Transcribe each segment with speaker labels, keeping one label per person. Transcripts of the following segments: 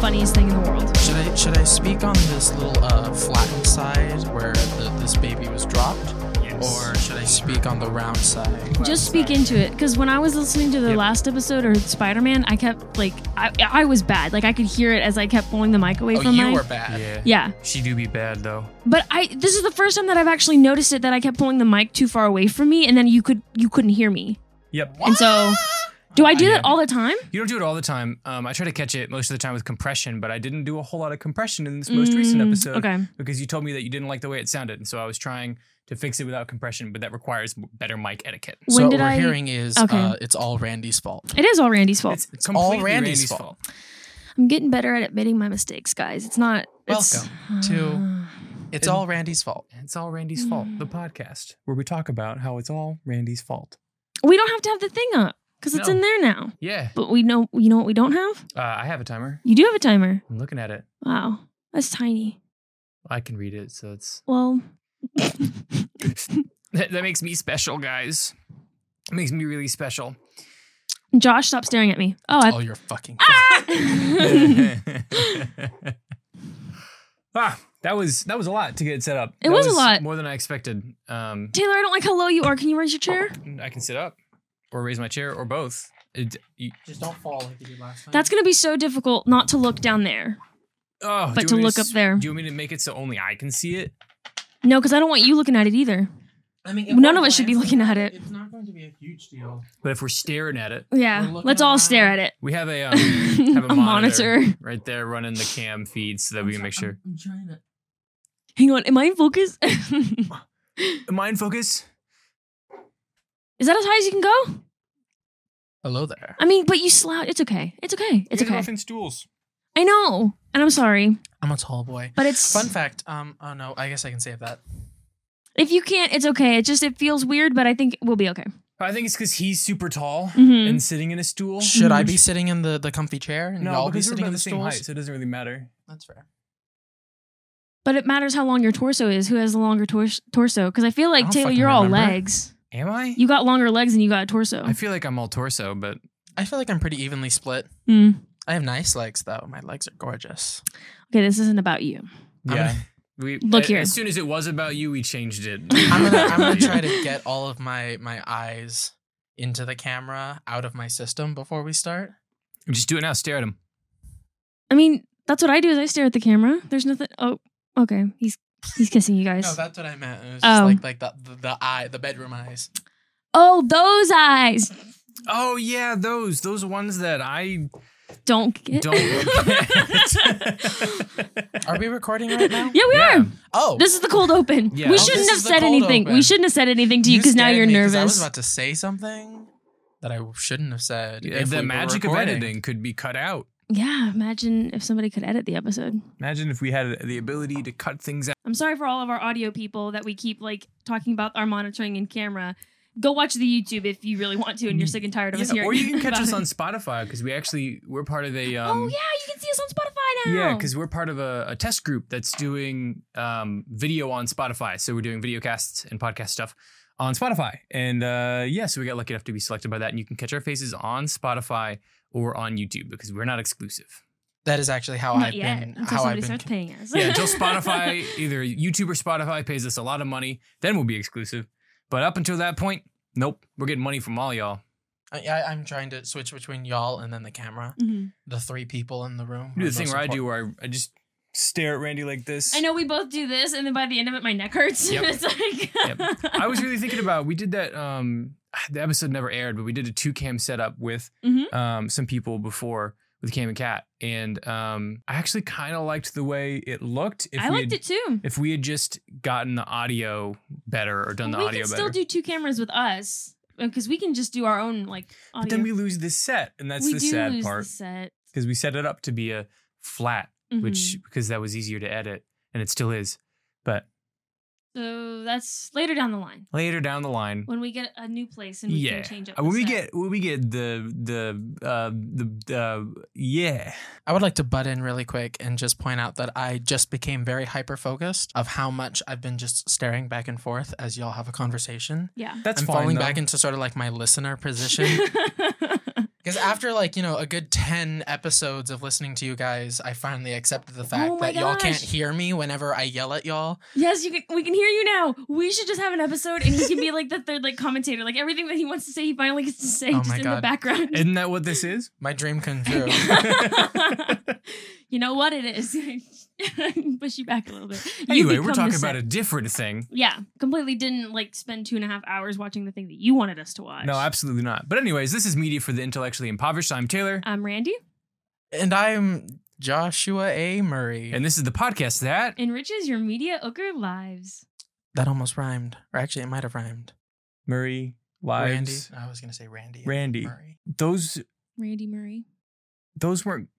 Speaker 1: funniest thing in the world.
Speaker 2: Should I should I speak on this little uh, flattened side where the, this baby was dropped, or should I speak on the round side?
Speaker 1: Just speak into it, because when I was listening to the last episode or Spider Man, I kept like I, I was bad. Like I could hear it as I kept pulling the mic away
Speaker 2: Oh,
Speaker 1: from
Speaker 2: you
Speaker 1: my.
Speaker 2: were bad.
Speaker 3: Yeah.
Speaker 1: yeah,
Speaker 3: She do be bad though.
Speaker 1: but I this is the first time that I've actually noticed it that I kept pulling the mic too far away from me, and then you could you couldn't hear me,
Speaker 3: Yep.
Speaker 1: and so. Do I do
Speaker 3: Yeah.
Speaker 1: that all the time?
Speaker 3: You don't do it all the time. Um, I try to catch it most of the time with compression, but I didn't do a whole lot of compression in this most recent
Speaker 1: Mm,
Speaker 3: episode
Speaker 1: Okay.
Speaker 3: because you told me that you didn't like the way it sounded, and so I was trying to fix it without compression, but that requires m- better mic etiquette.
Speaker 2: So
Speaker 1: when
Speaker 2: what
Speaker 1: did
Speaker 2: we're
Speaker 1: I?
Speaker 2: hearing is
Speaker 1: Okay.
Speaker 2: uh, it's all Randy's fault.
Speaker 1: It is all Randy's fault.
Speaker 3: It's, it's
Speaker 2: all
Speaker 3: completely
Speaker 2: Randy's
Speaker 3: Randy's,
Speaker 2: fault.
Speaker 3: fault.
Speaker 1: I'm getting better at admitting my mistakes, guys. It's not. It's,
Speaker 2: Welcome to- It's all Randy's fault.
Speaker 3: It's all Randy's fault. The podcast where we talk about how it's all Randy's fault.
Speaker 1: We don't have to have the thing up because it's
Speaker 3: No.
Speaker 1: in there now.
Speaker 3: Yeah.
Speaker 1: But we know. You know what we don't have?
Speaker 3: Uh, I have a timer.
Speaker 1: You do have a timer.
Speaker 3: I'm looking at it.
Speaker 1: Wow, that's tiny.
Speaker 3: I can read it, so it's
Speaker 1: Well,
Speaker 3: that, that makes me special, guys. It makes me really special.
Speaker 1: Josh, stop staring at me. Oh,
Speaker 2: It's
Speaker 1: I.
Speaker 2: all your fucking fault. Oh.
Speaker 1: it
Speaker 3: ah, that was that was a lot to get set up.
Speaker 1: It
Speaker 3: That
Speaker 1: was a lot.
Speaker 3: more than I expected. Um,
Speaker 1: Taylor, I don't like how low you are. Can you raise your
Speaker 2: Oh,
Speaker 1: chair?
Speaker 3: I can sit up, or raise my chair, or both. It, you,
Speaker 2: Just don't fall like you did last time.
Speaker 1: That's gonna be so difficult not to look down there.
Speaker 3: oh,
Speaker 1: But to
Speaker 3: do you want me
Speaker 1: look up
Speaker 3: s-
Speaker 1: there.
Speaker 3: Do you want me to make it so only I can see it?
Speaker 1: No, because I don't want you looking at it either.
Speaker 2: I mean,
Speaker 1: if none we're of us should be glancing looking at at it, it.
Speaker 2: It's not going to be a huge deal.
Speaker 3: But if we're staring at it,
Speaker 1: Yeah,
Speaker 2: We're looking
Speaker 1: let's all
Speaker 2: around.
Speaker 1: stare at it.
Speaker 3: we have a um, have a,
Speaker 1: A monitor.
Speaker 3: right there running the cam feed so that we can make sure.
Speaker 2: I'm trying to.
Speaker 1: Hang on, am I in focus? Is
Speaker 3: Mind focus.
Speaker 1: that as high as you can go?
Speaker 2: Hello there.
Speaker 1: I mean, but you slouch. It's okay. It's okay. It's
Speaker 3: You guys
Speaker 1: okay.
Speaker 3: are off in stools.
Speaker 1: I know, and I'm sorry,
Speaker 2: I'm a tall boy.
Speaker 1: but it's
Speaker 2: Fun fact. Um. Oh no. I guess I can save that.
Speaker 1: If you can't, it's okay. It just it feels weird, but I think we'll be okay.
Speaker 3: I think it's because he's super tall
Speaker 1: Mhm.
Speaker 3: and sitting in a stool.
Speaker 2: Should I be sitting in the the comfy chair and
Speaker 3: No,
Speaker 2: y'all be
Speaker 3: because we're
Speaker 2: sitting
Speaker 3: about
Speaker 2: in
Speaker 3: the
Speaker 2: the
Speaker 3: same height,
Speaker 2: stools?
Speaker 3: so it doesn't really matter.
Speaker 2: That's fair.
Speaker 1: But it matters how long your torso is. Who has the longer tor- torso? Because I feel
Speaker 2: I
Speaker 1: like
Speaker 2: don't
Speaker 1: Taylor,
Speaker 2: fucking
Speaker 1: you're all
Speaker 2: remember.
Speaker 1: legs.
Speaker 3: Am I?
Speaker 1: You got longer legs than you got a torso.
Speaker 3: I feel like I'm all torso, but
Speaker 2: I feel like I'm pretty evenly split.
Speaker 1: Hmm.
Speaker 2: I have nice legs though. My legs are gorgeous.
Speaker 1: Okay, this isn't about you.
Speaker 2: I'm
Speaker 3: yeah.
Speaker 2: gonna-
Speaker 3: We
Speaker 1: Look
Speaker 3: a-
Speaker 1: here.
Speaker 3: As soon as it was about you, we changed it.
Speaker 2: I'm gonna, I'm gonna try to get all of my my eyes into the camera out of my system before we start.
Speaker 3: just do it now. Stare at him.
Speaker 1: I mean, that's what I do. Is I stare at the camera. There's nothing. Oh, okay. He's he's kissing you guys.
Speaker 2: No, that's what I meant. It was
Speaker 1: just
Speaker 2: just
Speaker 1: Oh. like-
Speaker 2: like like the, the eye, the bedroom eyes.
Speaker 1: oh, those eyes.
Speaker 3: Oh yeah, those those ones that I
Speaker 1: Don't get.
Speaker 3: don't. look at.
Speaker 2: Are we recording right now?
Speaker 1: yeah, we
Speaker 3: Yeah.
Speaker 1: are.
Speaker 2: Oh,
Speaker 1: This is the cold open.
Speaker 3: Yeah.
Speaker 1: We
Speaker 3: Oh,
Speaker 1: shouldn't
Speaker 2: this
Speaker 1: have
Speaker 2: is the
Speaker 1: said
Speaker 2: cold
Speaker 1: anything. We
Speaker 2: open.
Speaker 1: shouldn't have said anything to you because now
Speaker 2: scared
Speaker 1: you're
Speaker 2: me 'cause
Speaker 1: nervous.
Speaker 2: I was about to say something that I shouldn't have said. if we were
Speaker 3: the magic of
Speaker 2: recording.
Speaker 3: editing could be cut out.
Speaker 1: yeah, imagine if somebody could edit the episode.
Speaker 3: Imagine if we had the ability to cut things out.
Speaker 1: I'm sorry for all of our audio people that we keep like talking about our monitoring and camera. Go watch the YouTube if you really want to and you're sick and tired of us
Speaker 3: Yeah,
Speaker 1: hearing.
Speaker 3: or you can catch
Speaker 1: about
Speaker 3: us
Speaker 1: it.
Speaker 3: on Spotify because we actually we're part of a. Um,
Speaker 1: oh yeah, you can see us on Spotify now.
Speaker 3: Yeah, because we're part of a, a test group that's doing um, video on Spotify. So we're doing video casts and podcast stuff on Spotify. And uh, yeah, so we got lucky enough to be selected by that. And you can catch our faces on Spotify or on YouTube because we're not exclusive.
Speaker 2: That is actually how
Speaker 1: not
Speaker 2: I've
Speaker 1: yet
Speaker 2: been.
Speaker 1: until
Speaker 2: how
Speaker 1: somebody
Speaker 2: I've been.
Speaker 1: starts paying us.
Speaker 3: Yeah, until Spotify, either YouTube or Spotify pays us a lot of money, then we'll be exclusive. But up until that point, nope, we're getting money from all y'all.
Speaker 2: I, I, I'm trying to switch between y'all and then the camera.
Speaker 1: Mhm.
Speaker 2: The three people in the room.
Speaker 3: I do
Speaker 2: are
Speaker 3: the thing
Speaker 2: most
Speaker 3: where I do
Speaker 2: important.
Speaker 3: where I, I just stare at Randy like this.
Speaker 1: I know we both do this, and then by the end of it, my neck hurts.
Speaker 3: Yep.
Speaker 1: it's like
Speaker 3: Yep. I was really thinking about we did that um the episode never aired, but we did a two cam setup with
Speaker 1: Mhm.
Speaker 3: um some people before with Cam and Cat. And um I actually kinda liked the way it looked. If
Speaker 1: I
Speaker 3: we
Speaker 1: liked
Speaker 3: had,
Speaker 1: it too.
Speaker 3: if we had just gotten the audio better or done
Speaker 1: Well,
Speaker 3: the
Speaker 1: we
Speaker 3: audio
Speaker 1: can
Speaker 3: better.
Speaker 1: still do two cameras with us because we can just do our own like audio.
Speaker 3: but then we lose this set, and that's
Speaker 1: We
Speaker 3: the
Speaker 1: do
Speaker 3: sad
Speaker 1: lose
Speaker 3: part.
Speaker 1: The set. Mm-hmm.
Speaker 3: Because we set it up to be a flat, which because that was easier to edit, and it still is. But
Speaker 1: Mhm. so that's later down the line
Speaker 3: later down the line,
Speaker 1: when we get a new place and we
Speaker 3: yeah.
Speaker 1: can change up.
Speaker 3: Uh,
Speaker 1: the
Speaker 3: when we
Speaker 1: set.
Speaker 3: get when we get the the uh, the uh, yeah.
Speaker 2: I would like to butt in really quick and just point out that I just became very hyper focused of how much I've been just staring back and forth as y'all have a conversation.
Speaker 1: yeah.
Speaker 3: That's
Speaker 2: I'm
Speaker 3: fine,
Speaker 2: falling
Speaker 3: though.
Speaker 2: back into sort of like my listener position Because after like you know a good ten episodes of listening to you guys, I finally accepted the fact
Speaker 1: Oh my
Speaker 2: that y'all
Speaker 1: gosh.
Speaker 2: can't hear me whenever I yell at y'all.
Speaker 1: Yes, you can, we can hear you now. We should just have an episode, and he can be like the third like commentator. Like everything that he wants to say, he finally gets to say
Speaker 2: Oh
Speaker 1: just
Speaker 2: my
Speaker 1: in the
Speaker 2: God.
Speaker 1: background.
Speaker 3: Isn't that what this is?
Speaker 2: My dream come true.
Speaker 1: you know what it is. Push you back a little bit. You
Speaker 3: Anyway,
Speaker 1: could
Speaker 3: we're
Speaker 1: come to
Speaker 3: talking
Speaker 1: set.
Speaker 3: about a different thing.
Speaker 1: Yeah, completely didn't like spend two and a half hours watching the thing that you wanted us to watch.
Speaker 3: No, absolutely not. But anyways, this is media for the intellectually impoverished. I'm Taylor,
Speaker 1: I'm Randy.
Speaker 2: and I'm Joshua A. Murray.
Speaker 3: and this is the podcast that
Speaker 1: Enriches your media ochre lives.
Speaker 2: that almost rhymed, or actually, it might have rhymed.
Speaker 3: Murray lives.
Speaker 2: Randy. I was gonna say Randy. and
Speaker 3: Randy.
Speaker 2: Murray.
Speaker 3: Those
Speaker 1: Randy Murray.
Speaker 3: those weren't.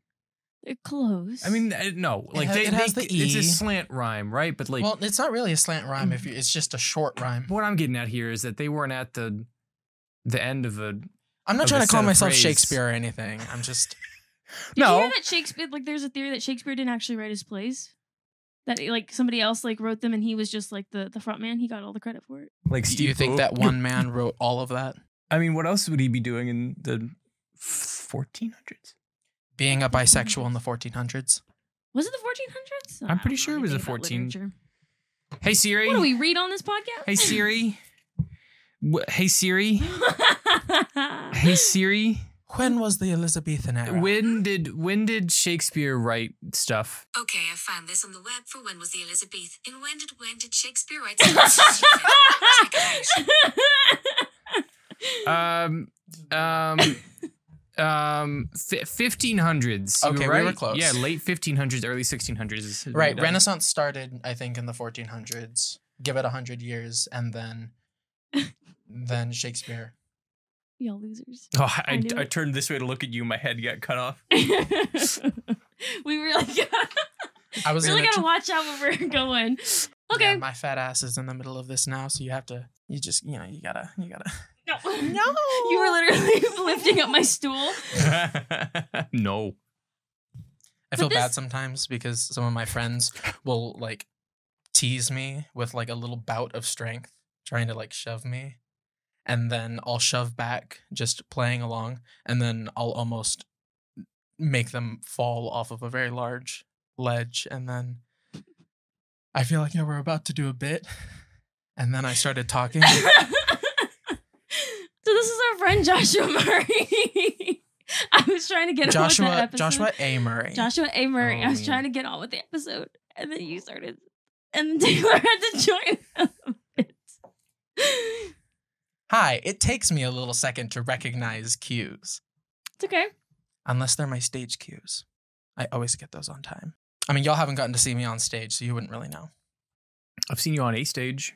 Speaker 1: They're close.
Speaker 3: I mean, I- no. Like
Speaker 2: ha-
Speaker 3: they,
Speaker 2: it has
Speaker 3: they-
Speaker 2: the
Speaker 3: It's a
Speaker 2: E.
Speaker 3: slant rhyme, right? But like,
Speaker 2: well, it's not really a slant rhyme. If you, it's just a short rhyme.
Speaker 3: what I'm getting at here is that they weren't at the the end of a.
Speaker 2: I'm
Speaker 3: of
Speaker 2: not trying
Speaker 3: a
Speaker 2: to call
Speaker 3: set of
Speaker 2: myself
Speaker 3: phrase.
Speaker 2: Shakespeare or anything. I'm just
Speaker 1: Did
Speaker 3: no.
Speaker 1: you hear that Shakespeare? Like, there's a theory that Shakespeare didn't actually write his plays. That eh, like somebody else like wrote them, and he was just like the the front man. He got all the credit for it.
Speaker 3: Like,
Speaker 2: Do you
Speaker 3: Steve
Speaker 2: think
Speaker 3: O-
Speaker 2: that one man wrote all of that?
Speaker 3: I mean, what else would he be doing in the 1400s?
Speaker 2: Being a bisexual in the 1400ds.
Speaker 1: Was it the Oh, 1400s?
Speaker 3: I'm pretty sure it was the 14. Hey Siri.
Speaker 1: What do we read on this podcast?
Speaker 3: hey Siri. Wh- Hey Siri. Hey Siri.
Speaker 2: When was the Elizabethan era?
Speaker 3: When did when did Shakespeare write stuff?
Speaker 4: Okay, I found this on the web for when was the Elizabeth and when did when did Shakespeare write? Check it out.
Speaker 3: Um um um fi- 1500s. You
Speaker 2: Okay,
Speaker 3: were
Speaker 2: we
Speaker 3: right.
Speaker 2: were close.
Speaker 3: Yeah, late 1500s, early 1600s. is-
Speaker 2: right,
Speaker 3: uh,
Speaker 2: Renaissance started, I think, in the 1400s. Give it hundred years, and then, then Shakespeare.
Speaker 1: Y'all losers.
Speaker 3: Oh, I,
Speaker 1: I knew
Speaker 3: I,
Speaker 1: it.
Speaker 3: turned this way to look at you. My head got cut off.
Speaker 1: we really gotta,
Speaker 2: I was
Speaker 1: really
Speaker 2: gonna
Speaker 1: gotta
Speaker 2: tr-
Speaker 1: watch out where we're going.
Speaker 2: Yeah,
Speaker 1: Okay.
Speaker 2: my fat ass is in the middle of this now, so you have to. You just, you know, you gotta, you gotta.
Speaker 1: No. You were literally lifting up my stool.
Speaker 3: no.
Speaker 2: I feel
Speaker 1: But this-
Speaker 2: bad sometimes because some of my friends will like tease me with like a little bout of strength, trying to like shove me. And then I'll shove back, just playing along. And then I'll almost make them fall off of a very large ledge. And then I feel like, you know, we're about to do a bit. And then I started talking.
Speaker 1: so this is our friend Joshua Murray. I was trying to get on with the
Speaker 2: Joshua,
Speaker 1: episode.
Speaker 2: Joshua A. Murray.
Speaker 1: Joshua A. Murray. I
Speaker 3: Oh,
Speaker 1: was
Speaker 3: yeah.
Speaker 1: trying to get on with the episode, and then you started, and Taylor had to join. it's
Speaker 2: Hi, it takes me a little second to recognize cues.
Speaker 1: okay.
Speaker 2: unless they're my stage cues. I always get those on time. I mean, y'all haven't gotten to see me on stage, so you wouldn't really know.
Speaker 3: I've seen you on a stage.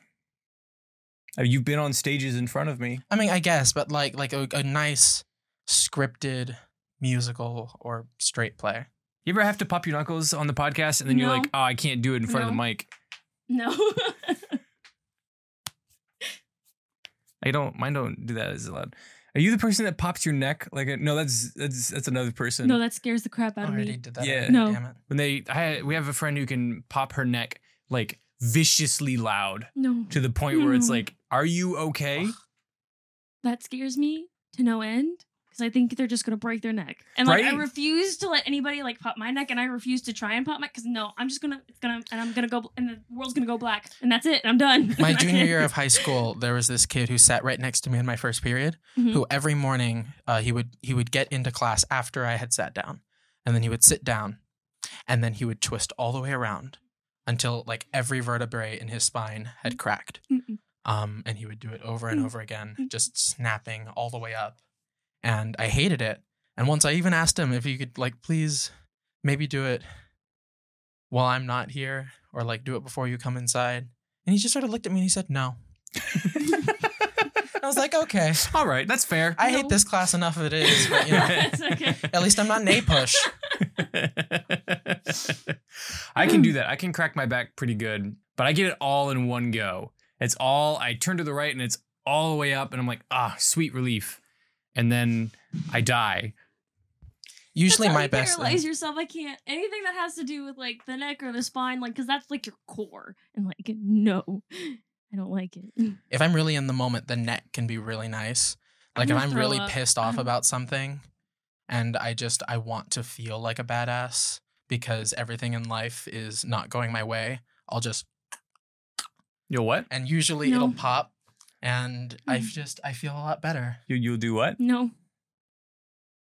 Speaker 3: Uh, You've been on stages in front of me.
Speaker 2: I mean, I guess, but like like a, a nice scripted musical or straight play.
Speaker 3: You ever have to pop your knuckles on the podcast and then you're
Speaker 1: No.
Speaker 3: like, oh, I can't do it in front of the
Speaker 1: No.
Speaker 3: mic.
Speaker 1: No.
Speaker 3: I don't. Mine don't do that as loud. Are you the person that pops your neck? Like a, no, that's that's that's another person.
Speaker 1: no, that scares the crap out of
Speaker 2: already
Speaker 1: me.
Speaker 2: did that.
Speaker 3: Yeah.
Speaker 2: already,
Speaker 1: No.
Speaker 2: Damn it.
Speaker 3: when they, I, we have a friend who can pop her neck like viciously loud
Speaker 1: No.
Speaker 3: to the point where it's
Speaker 1: No.
Speaker 3: like, are you okay?
Speaker 1: That scares me to no end. Because I think they're just gonna break their neck, and like I
Speaker 3: Right?
Speaker 1: refuse to let anybody like pop my neck, and I refuse to try and pop my. Because no, I'm just gonna, it's gonna, and I'm gonna go, bl- and the world's gonna go black, and that's it. I'm done.
Speaker 2: My junior year of high school, there was this kid who sat right next to me in my first period.
Speaker 1: Mhm.
Speaker 2: Who every morning uh, he would he would get into class after I had sat down, and then he would sit down, and then he would twist all the way around until like every vertebrae in his spine
Speaker 1: Mm-hmm.
Speaker 2: had cracked.
Speaker 1: Mm-mm.
Speaker 2: um, and he would do it over and
Speaker 1: Mm.
Speaker 2: over again,
Speaker 1: Mm.
Speaker 2: just snapping all the way up. And I hated it. And once I even asked him if he could, like, please maybe do it while I'm not here or like do it before you come inside. And he just sort of looked at me and he said, no. I was like, okay,
Speaker 3: All right, that's fair.
Speaker 2: I
Speaker 1: No.
Speaker 2: hate this class enough as it is, but you know,
Speaker 1: It's okay.
Speaker 2: at least I'm not an A push.
Speaker 3: I can do that. I can crack my back pretty good, but I get it all in one go. It's all I turn to the right and it's all the way up, and I'm like, ah, sweet relief. And then I die.
Speaker 2: Usually
Speaker 1: That's how
Speaker 2: my
Speaker 1: you
Speaker 2: best. thing-
Speaker 1: Paralyze yourself. I can't. Anything that has to do with like the neck or the spine, like, because that's like your core. And like, no, I don't like it.
Speaker 2: if I'm really in the moment, the neck can be really nice.
Speaker 1: I'm
Speaker 2: Like if
Speaker 1: gonna
Speaker 2: I'm
Speaker 1: throw
Speaker 2: really
Speaker 1: up.
Speaker 2: pissed off about something, and I just I want to feel like a badass because everything in life is not going my way. I'll just
Speaker 3: You'll what?
Speaker 2: and usually it'll
Speaker 1: No.
Speaker 2: pop and I
Speaker 1: Mm.
Speaker 2: just I feel a lot better.
Speaker 3: You you'll do what?
Speaker 1: No.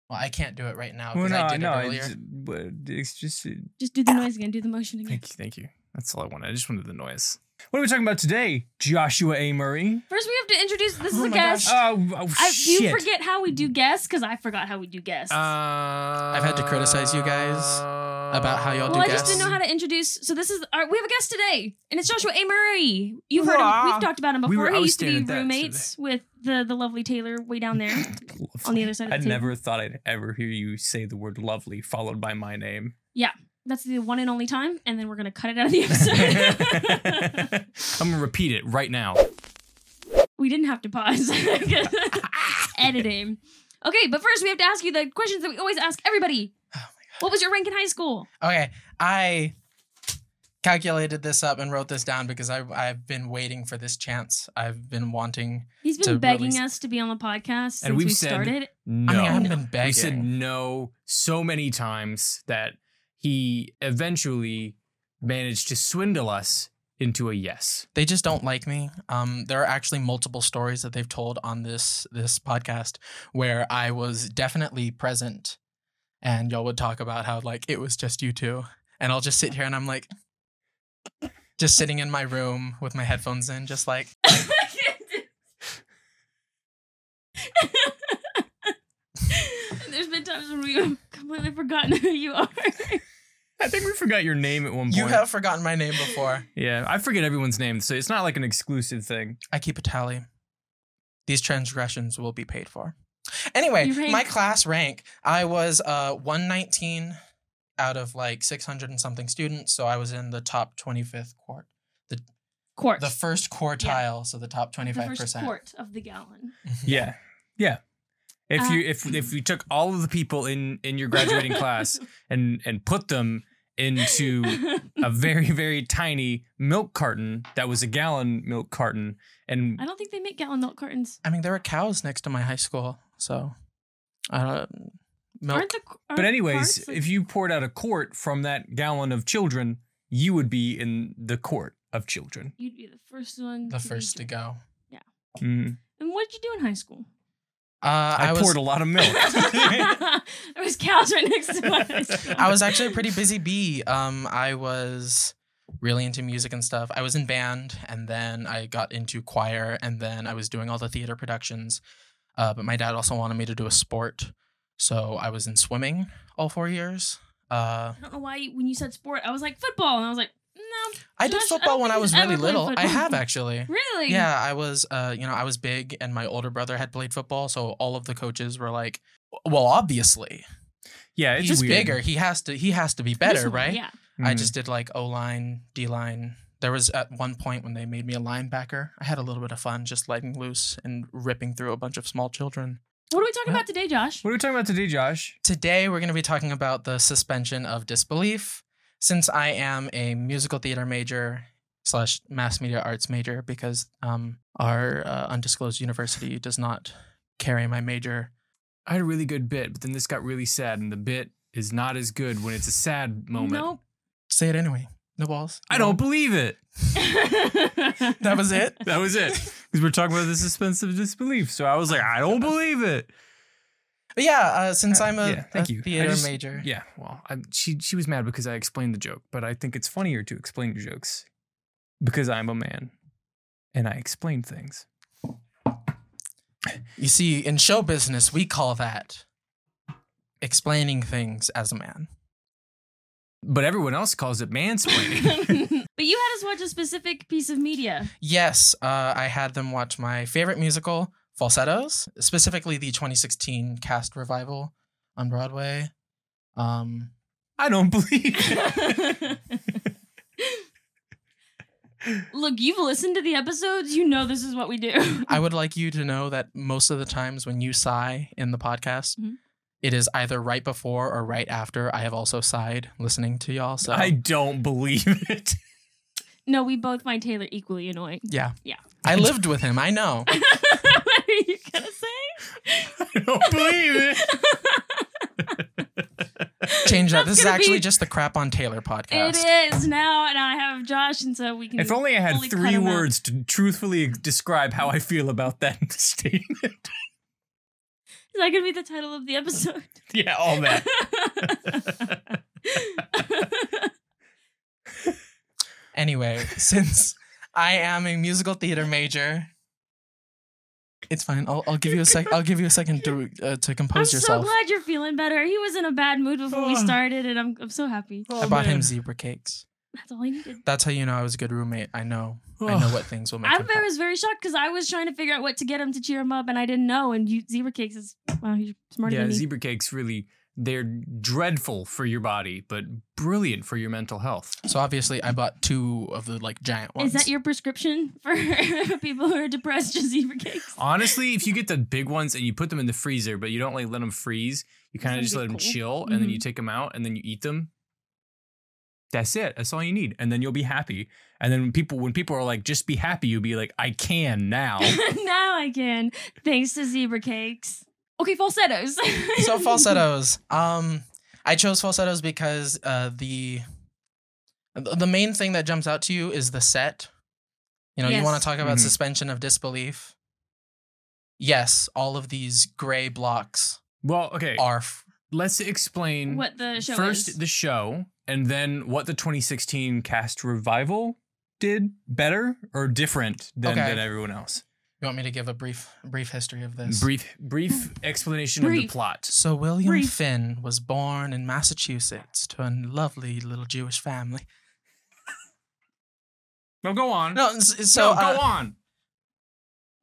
Speaker 2: Well, I can't do it right now
Speaker 3: Well,
Speaker 2: because I did it earlier.
Speaker 3: it's, but it's
Speaker 2: uh,
Speaker 3: just it-
Speaker 1: Just do the noise again. Do the motion again.
Speaker 3: thank you, thank you. That's all I wanted. I just wanted the noise. What are we talking about today, Joshua A. Murray?
Speaker 1: First, we have to introduce. This
Speaker 2: Oh
Speaker 1: is a
Speaker 2: my
Speaker 1: guest.
Speaker 2: gosh.
Speaker 3: Oh, oh
Speaker 1: I, do
Speaker 3: shit!
Speaker 1: you forget how we do guests? Because I forgot how we do guests.
Speaker 3: Uh,
Speaker 2: Uh,
Speaker 3: I've
Speaker 2: had to criticize you guys about how y'all
Speaker 1: well,
Speaker 2: do
Speaker 1: I
Speaker 2: guests.
Speaker 1: just didn't know how to introduce. So this is our, we have a guest today, and it's Joshua A. Murray. You've heard him.
Speaker 3: Hurrah.
Speaker 1: We've talked about him before.
Speaker 3: We were- I
Speaker 1: he
Speaker 3: was
Speaker 1: used to be
Speaker 3: staring at that
Speaker 1: roommates with the the lovely Taylor way down there. on the other side of
Speaker 3: I
Speaker 1: the table.
Speaker 3: never thought I'd ever hear you say the word "lovely" followed by my name.
Speaker 1: That's the one and only time, and then we're gonna cut it out of the episode.
Speaker 3: I'm gonna repeat it right now.
Speaker 1: we didn't have to pause. Editing. Okay, but first we have to ask you the questions that we always ask everybody.
Speaker 2: Oh my God.
Speaker 1: What was your rank in high school?
Speaker 2: Okay, I calculated this up and wrote this down because I I've been waiting for this chance. I've been wanting.
Speaker 1: He's been
Speaker 2: To
Speaker 1: begging
Speaker 2: release-
Speaker 1: us to be on the podcast since
Speaker 3: And we've
Speaker 1: we
Speaker 3: said-
Speaker 1: started.
Speaker 3: No,
Speaker 2: I mean, I haven't been begging.
Speaker 3: we said no so many times that he eventually managed to swindle us into a yes.
Speaker 2: they just don't like me. Um, there are actually multiple stories that they've told on this this podcast where I was definitely present, and y'all would talk about how like it was just you two, and I'll just sit here and I'm like, just sitting in my room with my headphones in, just like
Speaker 1: There's been times when we've completely forgotten who you are.
Speaker 3: I think we forgot your name at one point.
Speaker 2: you have forgotten my name before.
Speaker 3: yeah, I forget everyone's name, so it's not like an exclusive thing.
Speaker 2: I keep a tally. These transgressions will be paid for. Anyway,
Speaker 1: Your rank.
Speaker 2: my class rank, I was uh 119 out of like 600 and something students, so I was in the top 25th quart.
Speaker 1: Quart.
Speaker 2: The first quartile, so the top
Speaker 1: The
Speaker 2: 25%.
Speaker 1: first quart of the gallon.
Speaker 3: Yeah, yeah. If
Speaker 1: Uh,
Speaker 3: you if if we took all of the people in in your graduating class and and put them into a very very tiny milk carton that was a gallon milk carton and
Speaker 1: I don't think they make gallon milk cartons.
Speaker 2: I mean, there were cows next to my high school, so I don't milk.
Speaker 1: Aren't the qu- aren't
Speaker 3: But anyways,
Speaker 1: quarts, like-
Speaker 3: if you poured out a quart from that gallon of children, you would be in the quart of children.
Speaker 1: you'd be the first one.
Speaker 2: the
Speaker 1: be
Speaker 2: first to
Speaker 1: dr-
Speaker 2: go.
Speaker 3: Mm.
Speaker 1: And what did you do in high school?
Speaker 2: Uh, I,
Speaker 3: I,
Speaker 2: was,
Speaker 3: poured a lot of milk.
Speaker 1: there was cows right next to us.
Speaker 2: I was actually a pretty busy bee. Um, I was really into music and stuff. I was in band, and then I got into choir, and then I was doing all the theater productions. Uh, but my dad also wanted me to do a sport, so I was in swimming all four years. Uh,
Speaker 1: I don't know why when you said sport, I was like football, and I was like, no,
Speaker 2: I did
Speaker 1: Gosh, I don't
Speaker 2: football when
Speaker 1: think
Speaker 2: I was
Speaker 1: he's
Speaker 2: really
Speaker 1: ever played
Speaker 2: little. I
Speaker 1: football.
Speaker 2: have actually.
Speaker 1: really?
Speaker 2: Yeah, I was. Uh, you know, I was big, and my older brother had played football, so all of the coaches were like, "Well, obviously,
Speaker 3: yeah, it's
Speaker 2: he's
Speaker 3: weird.
Speaker 2: bigger. He has to. He has to be
Speaker 1: This
Speaker 2: better,
Speaker 1: one,
Speaker 2: right?"
Speaker 1: Yeah.
Speaker 2: I
Speaker 3: Mm.
Speaker 2: just did like O line, D line. There was at one point when they made me a linebacker. I had a little bit of fun just letting loose and ripping through a bunch of small children.
Speaker 1: What are we talking
Speaker 2: Well-
Speaker 1: about today, Josh?
Speaker 3: What are we talking about today, Josh?
Speaker 2: Today, we're going to be talking about the suspension of disbelief. Since I am a musical theater major slash mass media arts major, because um, our uh, undisclosed university does not carry my major.
Speaker 3: I had a really good bit, but then this got really sad, and the bit is not as good when it's a sad moment.
Speaker 1: Nope.
Speaker 2: Say it anyway. No balls.
Speaker 3: I don't believe it.
Speaker 2: That was it.
Speaker 3: That was it. Because we're talking about the suspense of disbelief. So I was like, I don't believe it.
Speaker 2: But yeah, uh, since I'm a,
Speaker 3: Yeah, thank
Speaker 2: a
Speaker 3: you. I
Speaker 2: theater
Speaker 3: just-
Speaker 2: major.
Speaker 3: Yeah. Well, I, she she was mad because I explained the joke, but I think it's funnier to explain jokes because I'm a man and I explain things.
Speaker 2: You see, in show business, we call that explaining things as a man.
Speaker 3: But everyone else calls it mansplaining.
Speaker 1: but you had us watch a specific piece of media.
Speaker 2: Yes, uh, I had them watch my favorite musical, Falsettos, specifically the 2016 cast revival on Broadway. Um,
Speaker 3: I don't believe it.
Speaker 1: Look, you've listened to the episodes. You know this is what we do.
Speaker 2: I would like you to know that most of the times when you sigh in the podcast,
Speaker 1: Mhm.
Speaker 2: it is either right before or right after. I have also sighed listening to y'all. So
Speaker 3: I don't believe it.
Speaker 1: No, we both find Taylor equally annoying.
Speaker 2: yeah,
Speaker 1: Yeah.
Speaker 2: I lived with him. I know.
Speaker 1: what are you gonna say?
Speaker 3: I don't believe it.
Speaker 2: Change that.
Speaker 1: That's
Speaker 2: This is
Speaker 1: gonna
Speaker 2: actually
Speaker 1: be-
Speaker 2: just the crap on Taylor podcast.
Speaker 1: It is now, and I have Josh, and so we can.
Speaker 3: If only I had
Speaker 1: fully cut
Speaker 3: three
Speaker 1: him out.
Speaker 3: words to truthfully describe how I feel about that statement.
Speaker 1: Is that going to be the title of the episode?
Speaker 3: yeah, all that.
Speaker 2: Anyway, since I am a musical theater major, it's fine. I'll, I'll give you a sec. I'll give you a second to uh, to
Speaker 1: I'm
Speaker 2: compose
Speaker 1: so
Speaker 2: yourself.
Speaker 1: glad you're feeling better. He was in a bad mood before
Speaker 3: Oh.
Speaker 1: we started, and I'm I'm so happy.
Speaker 2: I bought him zebra cakes.
Speaker 1: That's all I needed.
Speaker 2: That's how you know I was a good roommate. I know. I know what things will make.
Speaker 1: I
Speaker 2: him happy.
Speaker 1: was very shocked because I was trying to figure out what to get him to cheer him up, and I didn't know. And you, zebra cakes is wow, you're smarter
Speaker 3: yeah,
Speaker 1: than me.
Speaker 3: zebra cakes really they're dreadful for your body, but brilliant for your mental health.
Speaker 2: So obviously, I bought two of the like giant ones.
Speaker 1: Is that your prescription for people who are depressed? Just zebra cakes.
Speaker 3: Honestly, if you get the big ones and you put them in the freezer, but you don't like let them freeze, you kind
Speaker 1: Let
Speaker 3: of
Speaker 1: 'em
Speaker 3: just
Speaker 1: get
Speaker 3: let them
Speaker 1: cool.
Speaker 3: chill and then
Speaker 1: Mhm.
Speaker 3: you take them out and then you eat them. That's it. That's all you need, and then you'll be happy. And then when people, when people are like, "Just be happy," you'll be like, "I can now."
Speaker 1: now I can, thanks to zebra cakes. Okay, falsettos.
Speaker 2: so falsettos. Um, I chose falsettos because uh the th- the main thing that jumps out to you is the set. You know, you
Speaker 1: Yes.
Speaker 2: want to talk about
Speaker 3: Mhm.
Speaker 2: suspension of disbelief. Yes, all of these gray blocks
Speaker 3: well, okay.
Speaker 2: are. F-
Speaker 3: Let's explain
Speaker 1: What the show
Speaker 3: first
Speaker 1: is.
Speaker 3: the show and then what the 2016 cast revival did better or different than,
Speaker 2: Okay.
Speaker 3: than everyone else
Speaker 2: you want me to give a brief brief history of this?
Speaker 3: brief brief explanation of the
Speaker 1: Hmm. Brief.
Speaker 3: plot
Speaker 2: So William
Speaker 1: Brief.
Speaker 2: Finn was born in Massachusetts to a lovely little Jewish family.
Speaker 3: no go on
Speaker 2: No, s- so
Speaker 3: No, go
Speaker 2: uh,
Speaker 3: on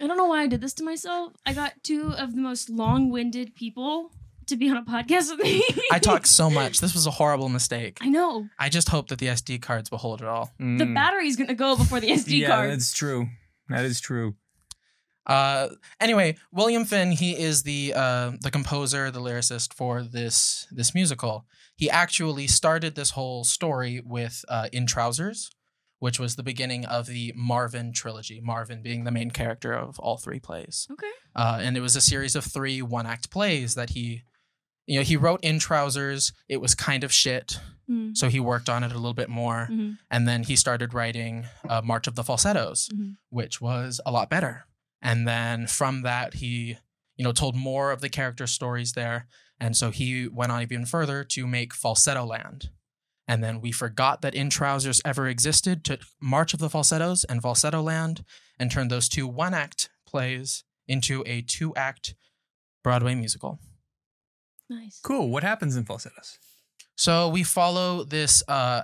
Speaker 1: I don't know why I did this to myself. I got two of the most long-winded people to be on a podcast with me.
Speaker 2: I talked so much. This was a horrible mistake.
Speaker 1: I know
Speaker 2: I just hope that the SD cards will hold it all.
Speaker 1: the battery's gonna go before the SD
Speaker 3: Mm. yeah
Speaker 1: card.
Speaker 3: that's true that is true
Speaker 2: Uh, anyway, William Finn, he is the uh, the composer, the lyricist for this this musical. He actually started this whole story with uh, "In Trousers," which was the beginning of the Marvin trilogy. Marvin being the main character of all three plays.
Speaker 1: Okay.
Speaker 2: Uh, and it was a series of three one act plays that he, you know, he wrote "In Trousers." It was kind of shit,
Speaker 1: Mm,
Speaker 2: so he worked on it a little bit more,
Speaker 1: mhm.
Speaker 2: and then he started writing uh, "March of the Falsettos."
Speaker 1: Mhm.
Speaker 2: which was a lot better. And then from that, he, you know, told more of the character stories there. And so he went on even further to make Falsetto Land. And then we forgot that In Trousers ever existed, took March of the Falsettos and Falsetto Land, and turned those two one act plays into a two act Broadway musical.
Speaker 1: Nice.
Speaker 3: cool what happens in falsettos
Speaker 2: So we follow this uh,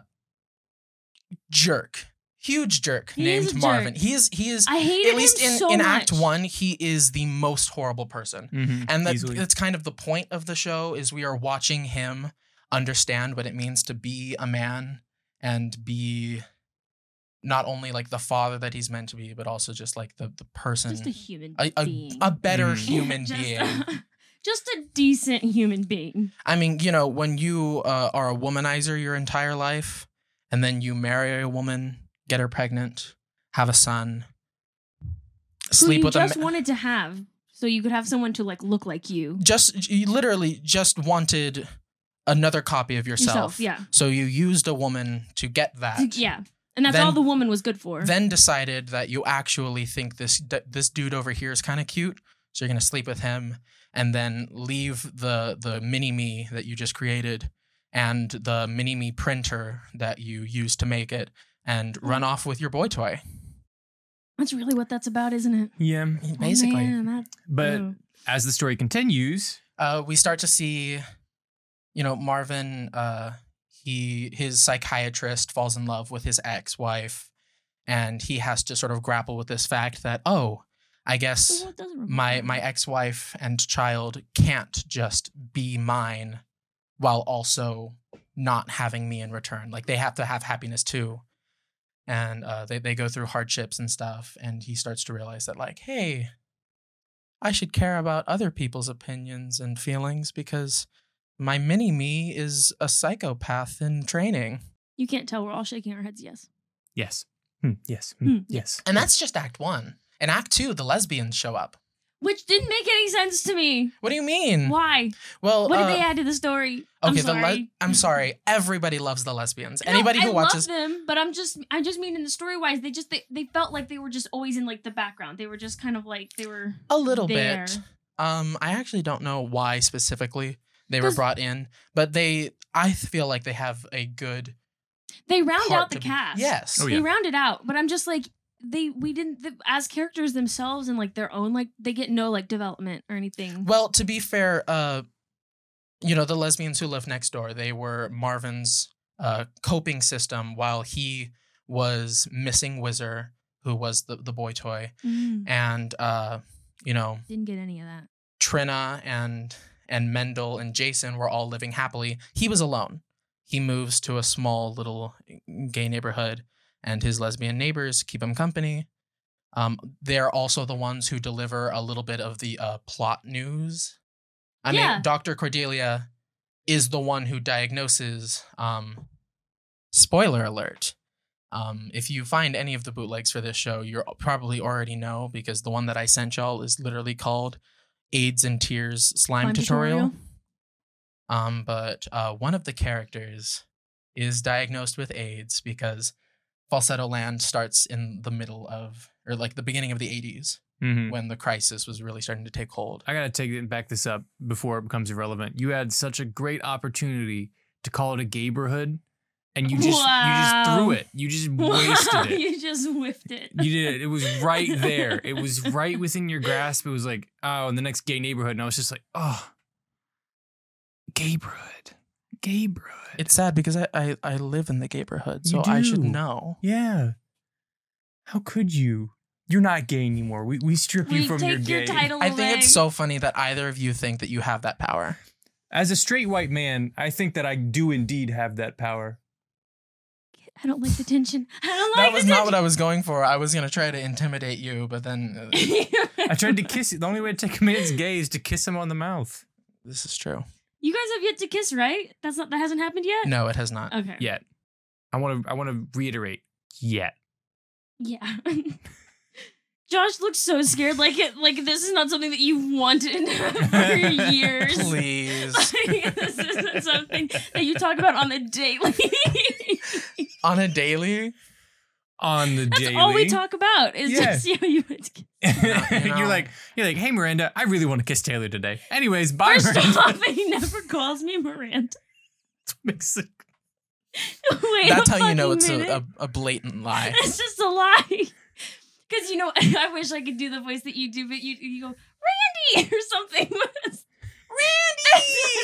Speaker 2: jerk, huge jerk
Speaker 1: He is
Speaker 2: named
Speaker 1: a jerk.
Speaker 2: Marvin. He is, he is
Speaker 1: I hated
Speaker 2: at least
Speaker 1: him
Speaker 2: in,
Speaker 1: so
Speaker 2: in
Speaker 1: much.
Speaker 2: Act One, he is the most horrible person. And that,
Speaker 3: Easily.
Speaker 2: that's kind of the point of the show is we are watching him understand what it means to be a man and be not only like the father that he's meant to be, but also just like the, the person,
Speaker 1: Just a human
Speaker 2: Mm. a, a,
Speaker 1: being.
Speaker 2: a better
Speaker 3: Mhm.
Speaker 2: human
Speaker 1: Just-
Speaker 2: being.
Speaker 1: just a decent human being.
Speaker 2: I mean, you know, when you uh, are a womanizer your entire life and then you marry a woman, get her pregnant, have a son,
Speaker 1: who
Speaker 2: sleep
Speaker 1: you
Speaker 2: with a
Speaker 1: just
Speaker 2: ma-
Speaker 1: wanted to have, so you could have someone to like look like you
Speaker 2: just you literally just wanted another copy of
Speaker 1: yourself.
Speaker 2: yourself.
Speaker 1: Yeah,
Speaker 2: So you used a woman to get that.
Speaker 1: yeah, and that's
Speaker 2: Then-
Speaker 1: all the woman was good for.
Speaker 2: Then decided that you actually think this d- this dude over here is kind of cute, so you're gonna sleep with him, and then leave the the mini me that you just created and the mini me printer that you used to make it, and
Speaker 1: Mm.
Speaker 2: run off with your boy toy.
Speaker 1: that's really what that's about, isn't it?
Speaker 3: yeah
Speaker 1: oh,
Speaker 2: Basically.
Speaker 1: man, that,
Speaker 3: but
Speaker 1: oh.
Speaker 3: as the story continues
Speaker 2: uh, we start to see, you know, Marvin. Uh, he his psychiatrist falls in love with his ex-wife, and he has to sort of grapple with this fact that oh, I guess
Speaker 1: Well, it doesn't remind
Speaker 2: my
Speaker 1: me.
Speaker 2: my ex-wife and child can't just be mine, while also not having me in return. Like they have to have happiness too. And uh, they they go through hardships and stuff, and he starts to realize that like, hey, I should care about other people's opinions and feelings because my mini me is a psychopath in training.
Speaker 1: you can't tell. We're all shaking our heads. Yes.
Speaker 3: yes Hmm, yes Hmm,
Speaker 1: Hmm,
Speaker 3: yes
Speaker 2: And that's just act one. In act two, the lesbians show up.
Speaker 1: which didn't make any sense to me.
Speaker 2: What do you mean?
Speaker 1: Why?
Speaker 2: Mm. Well,
Speaker 1: What did
Speaker 2: uh,
Speaker 1: they add to the story? I'm
Speaker 2: okay,
Speaker 1: sorry.
Speaker 2: the le- I'm sorry. Everybody loves the lesbians.
Speaker 1: No,
Speaker 2: Anybody who
Speaker 1: I
Speaker 2: watches
Speaker 1: love them, but I'm just I just mean in the story wise, they just they, they felt like they were just always in like the background. They were just kind of like they were
Speaker 2: a little
Speaker 1: there.
Speaker 2: bit. Um, I actually don't know why specifically they were
Speaker 1: 'Cause-
Speaker 2: brought in, but they. I feel like they have a good
Speaker 1: They round
Speaker 2: part
Speaker 1: out the
Speaker 2: to be-
Speaker 1: cast.
Speaker 2: Yes.
Speaker 3: Oh, yeah.
Speaker 1: They round it out, but I'm just like they we didn't the, as characters themselves and like their own like they get no like development or anything.
Speaker 2: Well, to be fair, uh, you know, the lesbians who lived next door, they were Marvin's uh, coping system while he was missing Whizzer, who was the, the boy toy.
Speaker 1: Mm,
Speaker 2: And, uh, you know,
Speaker 1: didn't get any of that.
Speaker 2: Trina and and Mendel and Jason were all living happily. He was alone. He moves to a small little gay neighborhood, and his lesbian neighbors keep him company. Um, they're also the ones who deliver a little bit of the uh, plot news. I
Speaker 1: Yeah.
Speaker 2: mean, Doctor Cordelia is the one who diagnoses. Um, spoiler alert. Um, if you find any of the bootlegs for this show, you will probably already know because the one that I sent y'all is literally called AIDS and Tears Slime,
Speaker 1: Slime
Speaker 2: tutorial.
Speaker 1: tutorial.
Speaker 2: Um, but uh, one of the characters is diagnosed with AIDS because Falsetto Land starts in the middle of, or like the beginning of the 80s
Speaker 3: Mhm.
Speaker 2: when the crisis was really starting to take hold.
Speaker 3: I gotta take it back this up before it becomes irrelevant. You had such a great opportunity to call it a gayborhood, and you just you just
Speaker 1: Wow.
Speaker 3: threw it. You just wasted it.
Speaker 1: you just whiffed it.
Speaker 3: You did it. It was right there. It was right within your grasp. It was like, oh, in the next gay neighborhood. And I was just like, oh, gayborhood. Gayborhood.
Speaker 2: It's sad because I, I, I live in the neighborhood, so
Speaker 3: You
Speaker 2: I should
Speaker 3: do.
Speaker 2: know.
Speaker 3: Yeah. How could you? You're not gay anymore. We, we strip
Speaker 1: we
Speaker 3: you from
Speaker 1: take your,
Speaker 3: your gay.
Speaker 1: title
Speaker 2: I think
Speaker 1: away.
Speaker 2: it's so funny that either of you think that you have that power.
Speaker 3: As a straight white man, I think that I do indeed have that power.
Speaker 1: I don't like the tension. I don't like
Speaker 2: that was not what I was going for. I was gonna try to intimidate you, but then uh,
Speaker 3: I tried to kiss you. The only way to take a man's gay is to kiss him on the mouth.
Speaker 2: this is true.
Speaker 1: You guys have yet to kiss, right? That's not that hasn't happened yet.
Speaker 2: No, it has not.
Speaker 1: Okay.
Speaker 3: Yet. I want to I want to reiterate. Yet.
Speaker 1: Yeah. Josh looks so scared, like it, like this is not something that you've wanted for years.
Speaker 2: Please.
Speaker 1: Like, this isn't something that you talk about on the daily.
Speaker 2: On a daily?
Speaker 3: On the
Speaker 1: That's
Speaker 3: daily.
Speaker 1: all we talk about is
Speaker 3: Yeah.
Speaker 1: just how you went to kiss.
Speaker 2: You know.
Speaker 3: you're like you're like, hey Miranda, I really want to kiss Taylor today. Anyways, bye
Speaker 1: First
Speaker 3: Miranda.
Speaker 1: off, he never calls me Miranda.
Speaker 3: Makes it-
Speaker 1: Wait,
Speaker 2: That's
Speaker 1: a
Speaker 2: how you know
Speaker 1: fucking
Speaker 2: it's
Speaker 1: minute.
Speaker 2: a, a, a blatant lie.
Speaker 1: It's just a lie. Because you know, I wish I could do the voice that you do, but you you go Randy or something.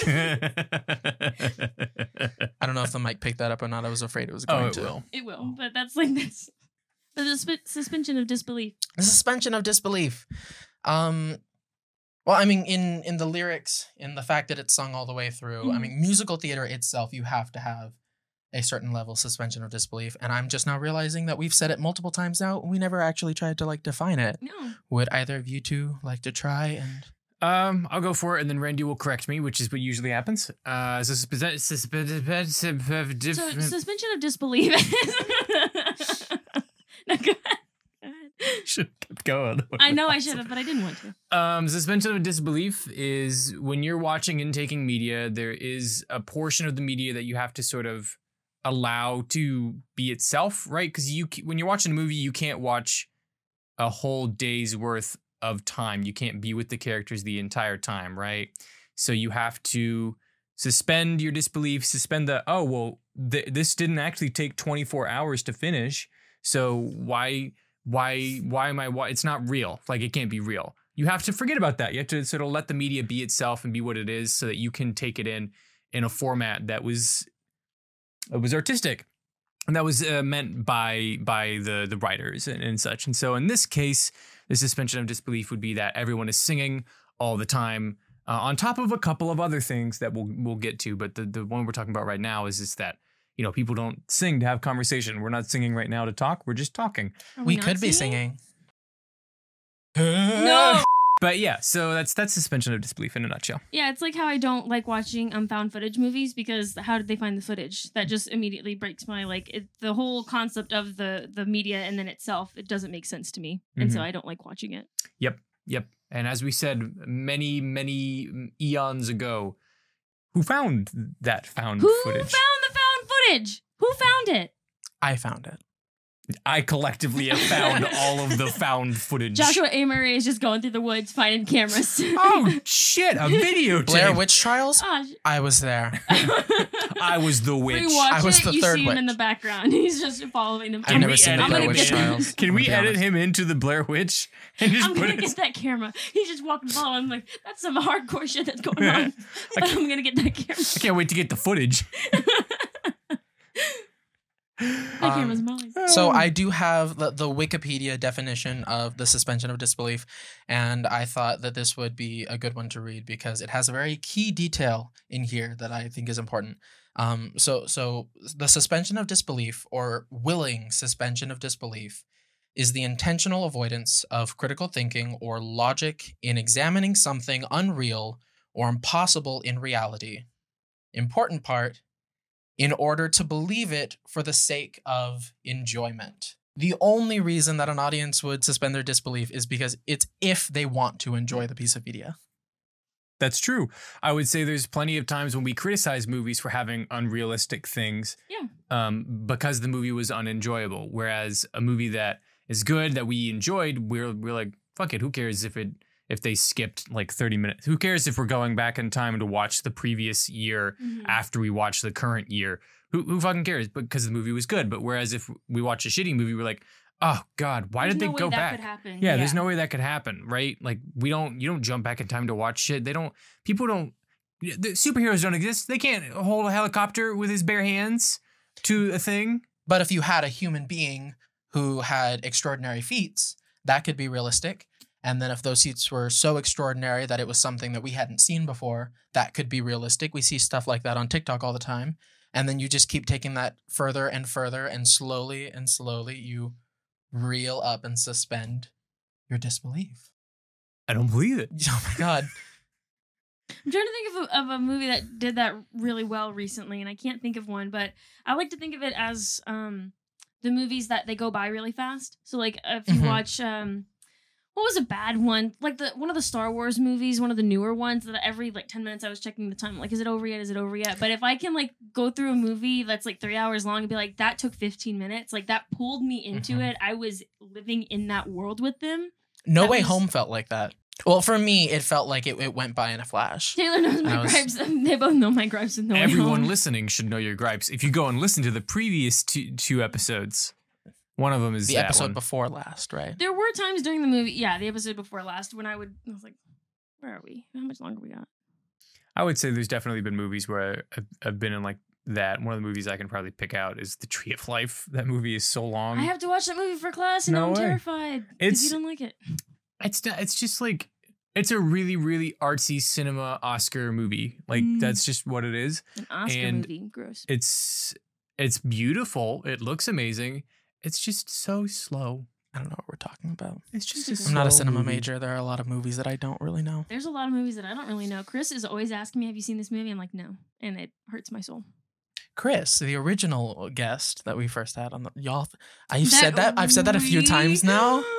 Speaker 1: Randy.
Speaker 2: I don't know if the mic picked that up or not. I was afraid it was
Speaker 3: oh,
Speaker 2: going
Speaker 3: it
Speaker 2: to.
Speaker 3: will.
Speaker 1: it will, but that's like this. The susp- suspension of disbelief.
Speaker 2: The suspension of disbelief. Um well, I mean, in in the lyrics, in the fact that it's sung all the way through, I
Speaker 1: Mhm.
Speaker 2: mean, musical theater itself, you have to have a certain level of suspension of disbelief. And I'm just now realizing that we've said it multiple times now. and We never actually tried to like define it.
Speaker 1: No.
Speaker 2: Would either of you two like to try and
Speaker 3: Um, I'll go for it, and then Randy will correct me, which is what usually happens. Uh, so suspe- suspe- suspe- suspe-
Speaker 1: So
Speaker 3: diff-
Speaker 1: suspension of disbelief. is- no, go ahead. Go ahead.
Speaker 3: should have kept going.
Speaker 1: I know I should have, but I didn't want to.
Speaker 3: Um, suspension of disbelief is when you're watching and taking media, there is a portion of the media that you have to sort of allow to be itself, right? Because you c- when you're watching a movie, you can't watch a whole day's worth of time. You can't be with the characters the entire time, right? So you have to suspend your disbelief, suspend the oh well, th- this didn't actually take 24 hours to finish, so why why why am I why it's not real. Like it can't be real. You have to forget about that. You have to sort of let the media be itself and be what it is so that you can take it in in a format that was it was artistic. And that was uh, meant by by the the writers and, and such. And so in this case, the suspension of disbelief would be that everyone is singing all the time, uh, on top of a couple of other things that we'll we'll get to. But the the one we're talking about right now is just that you know people don't sing to have conversation. We're not singing right now to talk. We're just talking.
Speaker 1: Are
Speaker 2: we
Speaker 1: not
Speaker 2: could be singing.
Speaker 1: No.
Speaker 3: But yeah, so that's that's suspension of disbelief in a nutshell.
Speaker 1: Yeah, it's like how I don't like watching um found footage movies because how did they find the footage? That just immediately breaks my like it, the whole
Speaker 2: Mm-hmm.
Speaker 1: concept of the the media and then itself. It doesn't make sense to me, and so I don't like watching it.
Speaker 3: Yep. And as we said many, many eons ago, who found that found
Speaker 1: Who
Speaker 3: footage?
Speaker 1: found the found footage? Who found it?
Speaker 2: I found it.
Speaker 3: I collectively have found all of the found footage.
Speaker 1: Joshua A. Murray is just going through the woods finding cameras.
Speaker 3: Oh shit! A videotape.
Speaker 2: Blair Witch Trials.
Speaker 1: Gosh.
Speaker 2: I was there.
Speaker 3: I was the witch.
Speaker 1: Rewatch
Speaker 2: I was
Speaker 1: it.
Speaker 2: the
Speaker 1: you
Speaker 2: third
Speaker 1: see him in
Speaker 2: witch.
Speaker 1: the background. He's just following them.
Speaker 2: I've never
Speaker 3: we
Speaker 2: seen
Speaker 3: edit-
Speaker 2: the
Speaker 1: I'm
Speaker 2: Blair
Speaker 1: gonna
Speaker 2: Witch
Speaker 1: get-
Speaker 2: Trials.
Speaker 3: Can
Speaker 2: I'm
Speaker 3: we
Speaker 2: gonna be
Speaker 3: edit
Speaker 2: honest.
Speaker 3: him into the Blair Witch and just
Speaker 1: I'm
Speaker 3: put
Speaker 1: gonna
Speaker 3: it?
Speaker 1: get that camera. He's just walking, following. Like that's some hardcore shit that's going on.
Speaker 3: I
Speaker 1: But I'm gonna get that camera.
Speaker 3: I can't wait to get the footage.
Speaker 1: That
Speaker 2: Um,
Speaker 1: camera's mine.
Speaker 3: Oh.
Speaker 2: So I do have the, the Wikipedia definition of the suspension of disbelief, and I thought that this would be a good one to read because it has a very key detail in here that I think is important. Um, so so the suspension of disbelief or willing suspension of disbelief is the intentional avoidance of critical thinking or logic in examining something unreal or impossible in reality. Important part in order to believe it for the sake of enjoyment. The only reason that an audience would suspend their disbelief is because it's if they want to enjoy the piece of media.
Speaker 3: That's true. I would say there's plenty of times when we criticize movies for having unrealistic things.
Speaker 1: Yeah.
Speaker 3: Um, because the movie was unenjoyable. Whereas a movie that is good that we enjoyed, we're we're like, fuck it, who cares if it if they skipped like 30 minutes? Who cares if we're going back in time to watch the previous year
Speaker 1: Mhm.
Speaker 3: after we watch the current year? Who who fucking cares? Because the movie was good. But whereas if we watch a shitty movie, we're like, oh God, why
Speaker 1: There's
Speaker 3: did they
Speaker 1: no way
Speaker 3: go
Speaker 1: that
Speaker 3: back?
Speaker 1: Could happen.
Speaker 3: yeah, there's no way that could happen, right? Like we don't you don't jump back in time to watch shit. They don't people don't the superheroes don't exist. They can't hold a helicopter with his bare hands to a thing.
Speaker 2: But if you had a human being who had extraordinary feats, that could be realistic. And then if those feats were so extraordinary that it was something that we hadn't seen before, that could be realistic. We see stuff like that on TikTok all the time. And then you just keep taking that further and further, and slowly and slowly you reel up and suspend your disbelief.
Speaker 3: I don't believe it.
Speaker 2: Oh my god.
Speaker 1: I'm trying to think of a, of a movie that did that really well recently, and I can't think of one. But I like to think of it as um, the movies that they go by really fast. So like if you
Speaker 3: Mm-hmm.
Speaker 2: Mhm.
Speaker 1: watch um, what was a bad one? Like the one of the Star Wars movies, one of the newer ones that every like ten minutes I was checking the time. Like is it over yet? Is it over yet? But if I can like go through a movie that's like three hours long and be like that took fifteen minutes, like that pulled me into
Speaker 3: Mm-hmm.
Speaker 2: Mhm.
Speaker 1: it. I was living in that world with them.
Speaker 2: No
Speaker 1: That
Speaker 2: Way
Speaker 1: was-
Speaker 2: Home felt like that. Well, for me, it felt like it, it went by in a flash.
Speaker 1: Taylor knows my
Speaker 2: I was-
Speaker 1: gripes. They both know my gripes and no
Speaker 3: Everyone
Speaker 1: Way Home.
Speaker 3: listening should know your gripes. If you go and listen to the previous two, two episodes, one of them is
Speaker 2: The
Speaker 3: that
Speaker 2: episode
Speaker 3: one.
Speaker 2: before last, right?
Speaker 1: There were times during the movie, yeah, the episode before last, when I would, I was like, where are we? How much longer we got?
Speaker 3: I would say there's definitely been movies where I've, I've been in like that. One of the movies I can probably pick out is The Tree of Life. That movie is so
Speaker 2: Um,
Speaker 3: long.
Speaker 1: I have to watch that movie for class, and
Speaker 3: No
Speaker 1: I'm
Speaker 3: way.
Speaker 1: terrified. If
Speaker 3: It's-
Speaker 1: you don't like it,
Speaker 3: it's not, it's just like it's a really really artsy cinema Oscar movie. Like
Speaker 1: Mm.
Speaker 3: that's just what it is.
Speaker 1: an Oscar
Speaker 3: and-
Speaker 1: movie, gross.
Speaker 3: It's it's beautiful. It looks amazing. It's just so slow.
Speaker 2: I don't know what we're talking about.
Speaker 3: It's just
Speaker 1: I'm
Speaker 3: a
Speaker 2: I'm not a
Speaker 3: slow
Speaker 2: cinema
Speaker 3: movie.
Speaker 2: major. There are a lot of movies that I don't really know.
Speaker 1: There's a lot of movies that I don't really know. Chris is always asking me, "Have you seen this movie?" I'm like, "No," and it hurts my soul.
Speaker 2: Chris, the original guest that we first had on the y'all, I've
Speaker 1: That
Speaker 2: said that I've said that a few
Speaker 1: we-
Speaker 2: times now.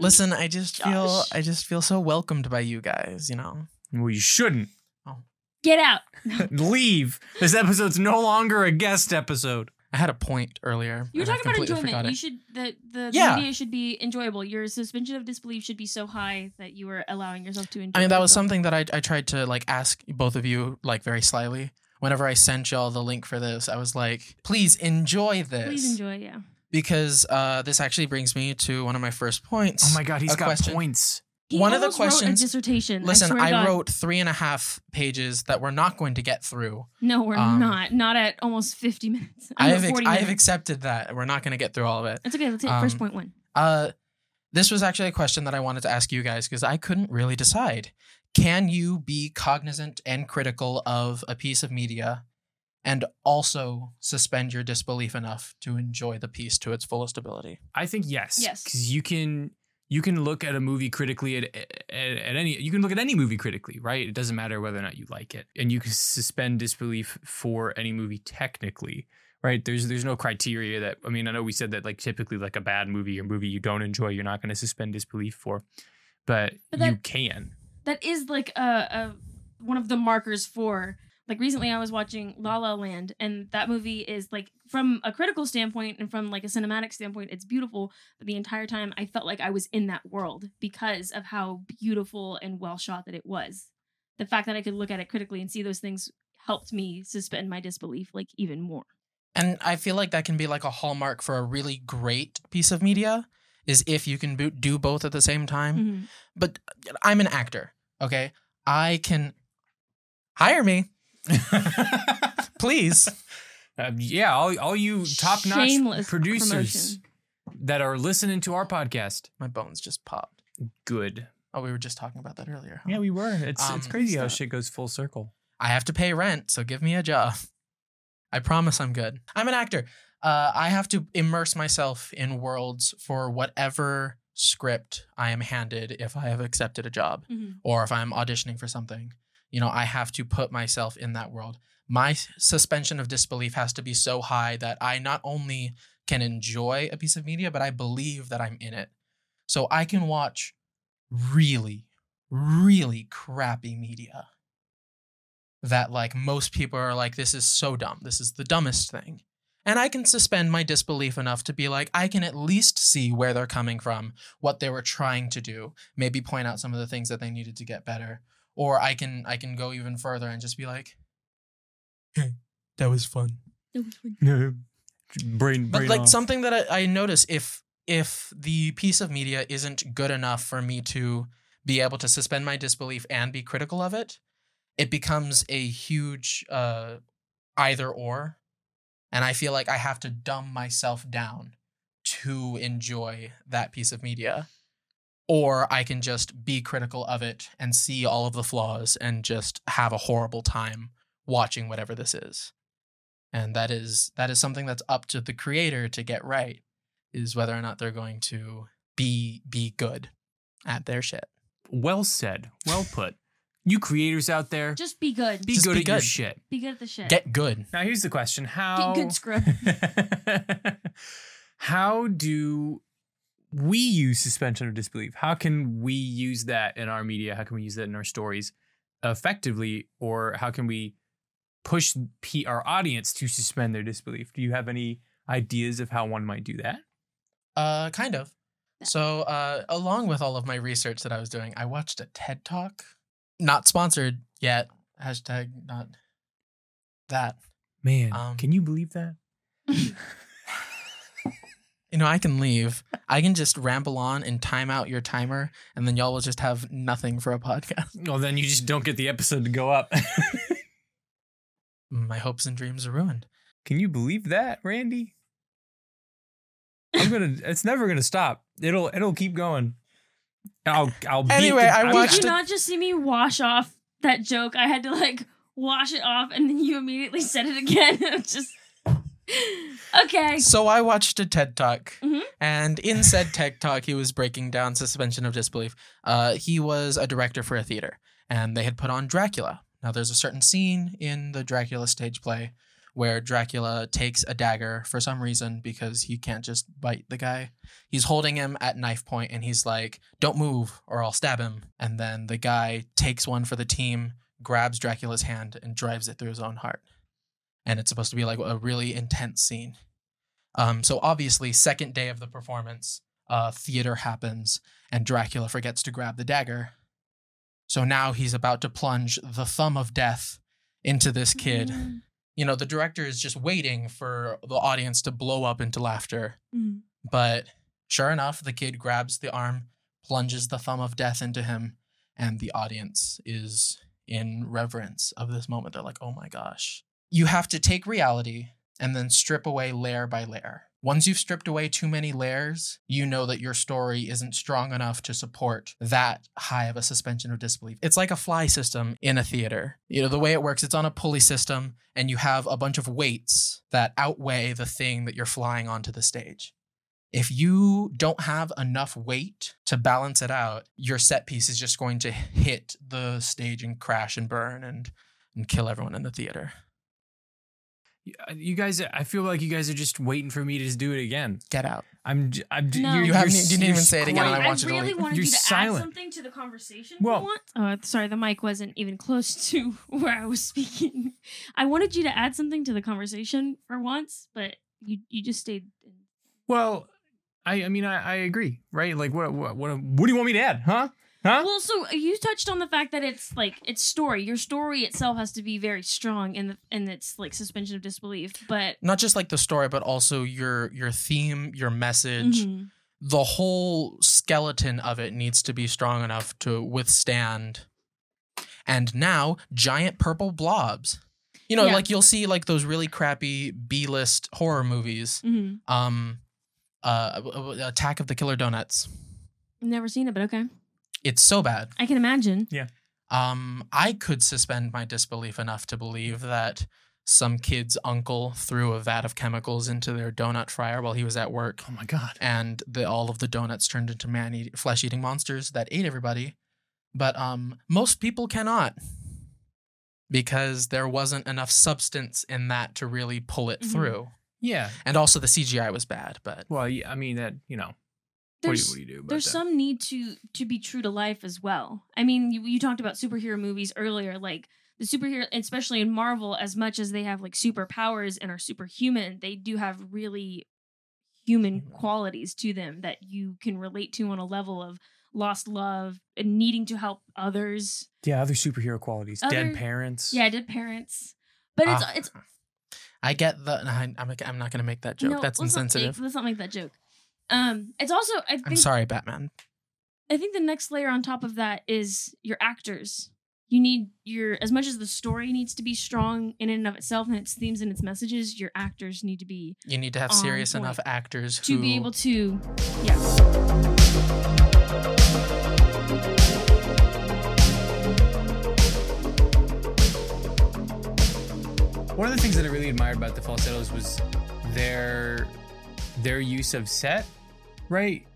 Speaker 2: Listen, I just feel
Speaker 1: Josh.
Speaker 2: I just feel so welcomed by you guys. You know,
Speaker 3: Well, you shouldn't
Speaker 1: get out.
Speaker 3: leave. This episode's no longer a guest episode.
Speaker 2: I had a point earlier.
Speaker 1: You were
Speaker 2: and I
Speaker 1: talking about
Speaker 2: completely forgot
Speaker 1: enjoyment.
Speaker 2: it.
Speaker 1: You should the the, the
Speaker 2: Yeah.
Speaker 1: media should be enjoyable. Your suspension of disbelief should be so high that you are allowing yourself to enjoy.
Speaker 2: I mean, that was
Speaker 1: yourself.
Speaker 2: something that I, I tried to like ask both of you like very slyly. Whenever I sent y'all the link for this, I was like, please enjoy this.
Speaker 1: Please enjoy, yeah.
Speaker 2: Because uh, this actually brings me to one of my first points.
Speaker 3: Oh my god, he's
Speaker 2: A
Speaker 3: got
Speaker 2: question.
Speaker 3: points.
Speaker 2: One of the
Speaker 1: almost wrote
Speaker 2: questions-
Speaker 1: a dissertation. I,
Speaker 2: Listen,
Speaker 1: swear to
Speaker 2: I,
Speaker 1: God.
Speaker 2: wrote three and a half pages that we're not going to get through.
Speaker 1: No, we're
Speaker 2: um,
Speaker 1: not. Not at almost fifty minutes.
Speaker 2: I
Speaker 1: I'm
Speaker 2: have
Speaker 1: at
Speaker 2: ex-
Speaker 1: forty
Speaker 2: I
Speaker 1: minutes.
Speaker 2: have accepted that we're not going to get through all of it.
Speaker 1: That's okay. Let's hit
Speaker 2: um,
Speaker 1: first point one.
Speaker 2: Uh, this was actually a question that I wanted to ask you guys because I couldn't really decide. Can you be cognizant and critical of a piece of media and also suspend your disbelief enough to enjoy the piece to its fullest ability?
Speaker 3: I think yes.
Speaker 1: Yes.
Speaker 3: Because you can you can look at a movie critically at, at at any you can look at any movie critically, right? It doesn't matter whether or not you like it, and you can suspend disbelief for any movie technically, right? There's there's no criteria that I mean I know we said that like typically like a bad movie or movie you don't enjoy you're not going to suspend disbelief for, but,
Speaker 1: But
Speaker 3: you
Speaker 1: that-
Speaker 3: can.
Speaker 1: that is like a, a one of the markers for like recently I was watching La La Land and that movie is like from a critical standpoint and from like a cinematic standpoint it's beautiful but the entire time I felt like I was in that world because of how beautiful and well shot that it was. The fact that I could look at it critically and see those things helped me suspend my disbelief like even more.
Speaker 2: And I feel like that can be like a hallmark for a really great piece of media is if you can bo- do both at the same time.
Speaker 3: Mm-hmm.
Speaker 2: But uh, I'm an actor, okay? I can hire me, please.
Speaker 3: Uh, yeah, all, all you top notch
Speaker 1: Mm-hmm. Shameless
Speaker 3: producers that are listening to our podcast,
Speaker 2: My bones just popped.
Speaker 3: good.
Speaker 2: Oh, we were just talking about that earlier. huh?
Speaker 3: Yeah, we were. It's it's
Speaker 2: Um,
Speaker 3: crazy how
Speaker 2: stop.
Speaker 3: shit goes full circle.
Speaker 2: I have to pay rent, so give me a job. I promise I'm good. I'm an actor. Uh, I have to immerse myself in worlds for whatever script I am handed if I have accepted a job.
Speaker 1: Mhm.
Speaker 2: or if I'm auditioning for something, you know, I have to put myself in that world. My s- suspension of disbelief has to be so high that I not only can enjoy a piece of media, but I believe that I'm in it. So I can watch really, really crappy media that, like, most people are like, this is so dumb. This is the dumbest thing. And I can suspend my disbelief enough to be like, I can at least see where they're coming from, what they were trying to do, maybe point out some of the things that they needed to get better or i can i can go even further and just be like hey that was fun
Speaker 3: brain, brain
Speaker 2: but like
Speaker 3: off.
Speaker 2: something that I, I notice if if the piece of media isn't good enough for me to be able to suspend my disbelief and be critical of it it becomes a huge uh either or and i feel like i have to dumb myself down to enjoy that piece of media or i can just be critical of it and see all of the flaws and just have a horrible time watching whatever this is and that is that is something that's up to the creator to get right is whether or not they're going to be be good at their shit
Speaker 3: well said, well put. You creators out there,
Speaker 1: Just be good.
Speaker 3: be
Speaker 2: Just
Speaker 3: good
Speaker 2: be
Speaker 3: at your
Speaker 2: good.
Speaker 3: shit.
Speaker 1: Be good at the shit.
Speaker 2: get good
Speaker 3: Now here's the question: How
Speaker 1: Get good script.
Speaker 3: how do we use suspension of disbelief? How can we use that in our media? How can we use that in our stories effectively? Or how can we push P- our audience to suspend their disbelief? Do you have any ideas of how one might do that?
Speaker 2: uh kind of so uh along with all of my research that i was doing i watched a ted talk not sponsored yet hashtag not that
Speaker 3: Man,
Speaker 2: Um,
Speaker 3: can you believe that?
Speaker 2: you know i can leave i can just ramble on and time out your timer and then y'all will just have nothing for a podcast
Speaker 3: Well, then you just don't get the episode to go up.
Speaker 2: my hopes and dreams are ruined
Speaker 3: Can you believe that, Randy? I'm gonna. it's never gonna stop. It'll. It'll keep going. I'll. I'll. beat
Speaker 2: Anyway,
Speaker 3: the-
Speaker 2: I
Speaker 3: I'm-
Speaker 1: Did
Speaker 2: watched
Speaker 1: you
Speaker 2: it-
Speaker 1: not just see me wash off that joke? I had to like wash it off, and then you immediately said it again. I'm just okay.
Speaker 2: So I watched a TED Talk,
Speaker 1: Mhm.
Speaker 2: and in said TED Talk, he was breaking down suspension of disbelief. Uh, he was a director for a theater, and they had put on Dracula. Now, there's a certain scene in the Dracula stage play where Dracula takes a dagger for some reason because he can't just bite the guy. He's holding him at knife point, and he's like, "Don't move, or I'll stab him." And then the guy takes one for the team, grabs Dracula's hand, and drives it through his own heart. And it's supposed to be like a really intense scene. Um, so obviously, second day of the performance, uh, theater happens, and Dracula forgets to grab the dagger. So now he's about to plunge the thumb of death into this kid.
Speaker 1: Mm.
Speaker 2: You know, the director is just waiting for the audience to blow up into laughter.
Speaker 1: Mhm.
Speaker 2: But sure enough, the kid grabs the arm, plunges the thumb of death into him, and the audience is in reverence of this moment. They're like, oh my gosh. You have to take reality and then strip away layer by layer. Once you've stripped away too many layers, you know that your story isn't strong enough to support that high of a suspension of disbelief. It's like a fly system in a theater. You know, the way it works, it's on a pulley system, and you have a bunch of weights that outweigh the thing that you're flying onto the stage if you don't have enough weight to balance it out, your set piece is just going to hit the stage and crash and burn and and kill everyone in the theater.
Speaker 3: uh, you guys, I feel like you guys are just waiting for me to just do it again.
Speaker 2: Get out.
Speaker 3: I'm, j- I'm. j-
Speaker 1: No.
Speaker 3: you're-
Speaker 1: You
Speaker 2: haven't- e,
Speaker 3: you're s-
Speaker 2: you didn't
Speaker 3: you're
Speaker 2: even say it again, and
Speaker 3: squirreling.
Speaker 2: I
Speaker 1: I
Speaker 2: want you to
Speaker 1: really
Speaker 2: leave.
Speaker 1: wanted
Speaker 3: You're
Speaker 1: you to
Speaker 3: silent.
Speaker 1: add something to the conversation.
Speaker 3: Well-
Speaker 1: for once. oh, sorry, the mic wasn't even close to where I was speaking. I wanted you to add something to the conversation for once, but you you just stayed.
Speaker 3: Well, I, I mean, I, I agree, right? Like, what, what, what, what do you want me to add, huh? Huh?
Speaker 1: Well, so uh, you touched on the fact that it's like it's story. Your story itself has to be very strong, and the and it's like suspension of disbelief. But
Speaker 2: Not just like the story, but also your your theme, your message,
Speaker 1: Mhm.
Speaker 2: the whole skeleton of it needs to be strong enough to withstand. And now, giant purple blobs. You know,
Speaker 1: Yeah.
Speaker 2: like you'll see like those really crappy B-list horror movies.
Speaker 1: Mhm.
Speaker 2: Um, uh, Attack of the Killer Donuts.
Speaker 1: never seen it, but okay,
Speaker 2: It's so bad.
Speaker 1: I can imagine.
Speaker 2: Um, I could suspend my disbelief enough to believe that some kid's uncle threw a vat of chemicals into their donut fryer while he was at work,
Speaker 3: oh my god.
Speaker 2: and the, all of the donuts turned into man eat, flesh-eating monsters that ate everybody. But um, most people cannot because there wasn't enough substance in that to really pull it
Speaker 1: Mhm.
Speaker 2: through.
Speaker 3: Yeah.
Speaker 2: And also, the CGI was bad, but
Speaker 3: Well, yeah, I mean that you know. What do, you,
Speaker 1: There's
Speaker 3: what do you do? About
Speaker 1: there's
Speaker 3: that?
Speaker 1: some need to to be true to life as well. I mean, you, you talked about superhero movies earlier, like the superhero, especially in Marvel, as much as they have like superpowers and are superhuman, they do have really human qualities to them that you can relate to on a level of lost love and needing to help others.
Speaker 3: yeah other superhero qualities,
Speaker 1: Other-
Speaker 3: dead parents.
Speaker 1: Yeah, did parents, but it's
Speaker 2: Ah,
Speaker 1: it's
Speaker 2: I get the. I, I'm, I'm not going to make that joke.
Speaker 1: no,
Speaker 2: That's
Speaker 1: let's not make-
Speaker 2: insensitive.
Speaker 1: let's not make that joke. Um, it's also I think
Speaker 2: I'm sorry, Batman.
Speaker 1: I think the next layer on top of that is your actors. You need your as much as the story needs to be strong in and of itself and its themes and its messages, your actors need to be
Speaker 2: You need to have
Speaker 1: on
Speaker 2: serious
Speaker 1: point.
Speaker 2: enough actors
Speaker 1: to
Speaker 2: who
Speaker 1: be able to yeah.
Speaker 3: One of the things that I really admired about the falsettos was their their use of set, right?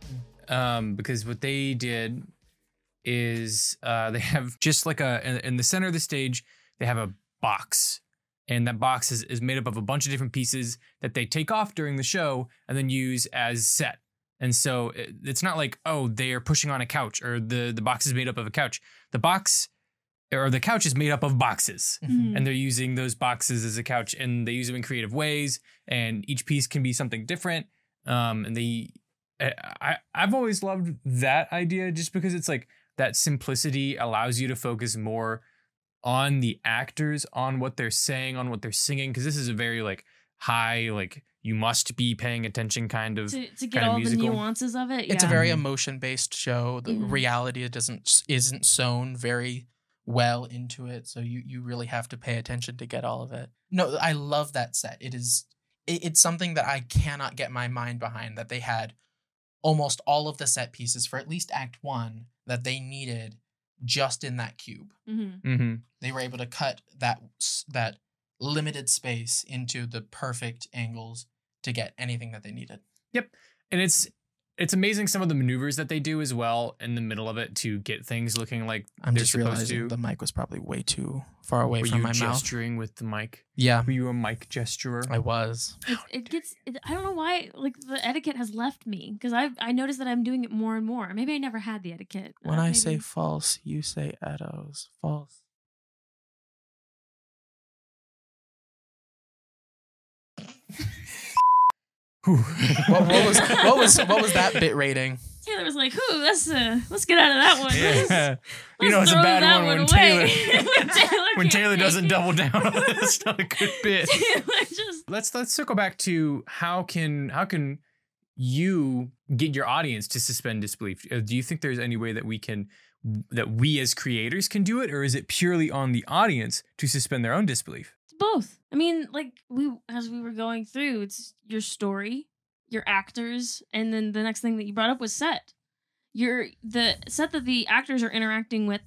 Speaker 3: Um, because what they did is uh, they have just like a in, in the center of the stage they have a box, and that box is, is made up of a bunch of different pieces that they take off during the show and then use as set. And so it, it's not like oh they are pushing on a couch or the the box is made up of a couch. The box or the couch is made up of boxes
Speaker 2: Mm-hmm.
Speaker 1: Mhm.
Speaker 3: and they're using those boxes as a couch and they use them in creative ways and each piece can be something different um and they I, I i've always loved that idea just because it's like that simplicity allows you to focus more on the actors on what they're saying on what they're singing because this is a very like high like you must be paying attention kind of
Speaker 1: to, to get
Speaker 3: kind of
Speaker 1: all the
Speaker 3: musical.
Speaker 1: nuances of it.
Speaker 2: It's a
Speaker 1: yeah.
Speaker 2: very
Speaker 3: Mhm.
Speaker 2: emotion based show. The
Speaker 1: Mhm.
Speaker 2: reality doesn't isn't sewn very well into it, so you you really have to pay attention to get all of it. No, I love that set. It is it, it's something that I cannot get my mind behind that they had almost all of the set pieces for at least act 1 that they needed just in that cube.
Speaker 1: Mhm.
Speaker 3: mm-hmm.
Speaker 2: They were able to cut that s- that limited space into the perfect angles to get anything that they needed.
Speaker 3: and it's it's amazing some of the maneuvers that they do as well in the middle of it to get things looking like
Speaker 2: I'm
Speaker 3: they're
Speaker 2: just
Speaker 3: supposed
Speaker 2: realizing
Speaker 3: to
Speaker 2: the mic was probably way too far away
Speaker 3: were
Speaker 2: from
Speaker 3: you
Speaker 2: my mouth.
Speaker 3: gesturing with the mic
Speaker 2: Yeah,
Speaker 3: Were you a mic gesturer?
Speaker 2: I was.
Speaker 1: It, it gets. It, I don't know why. Like the etiquette has left me because I I noticed that I'm doing it more and more. Maybe I never had the etiquette.
Speaker 2: When
Speaker 1: Uh,
Speaker 2: I
Speaker 1: maybe.
Speaker 2: say false, you say Edos. False. What, what was what was what was that bit rating?
Speaker 1: Taylor was like, "Ooh, let's uh, let's get out of that one. Let's-
Speaker 3: Yeah.
Speaker 1: let's throw that one away." When Taylor
Speaker 3: when
Speaker 1: can't
Speaker 3: Taylor
Speaker 1: take
Speaker 3: doesn't
Speaker 1: it.
Speaker 3: double down. That's not a good bit.
Speaker 1: Taylor just
Speaker 3: Let's let's circle back to how can how can you get your audience to suspend disbelief? Uh, Do you think there's any way that we can that we as creators can do it, or is it purely on the audience to suspend their own disbelief?
Speaker 1: both. I mean, like we as we were going through, it's your story, your actors, and then the next thing that you brought up was set. Your the set that the actors are interacting with,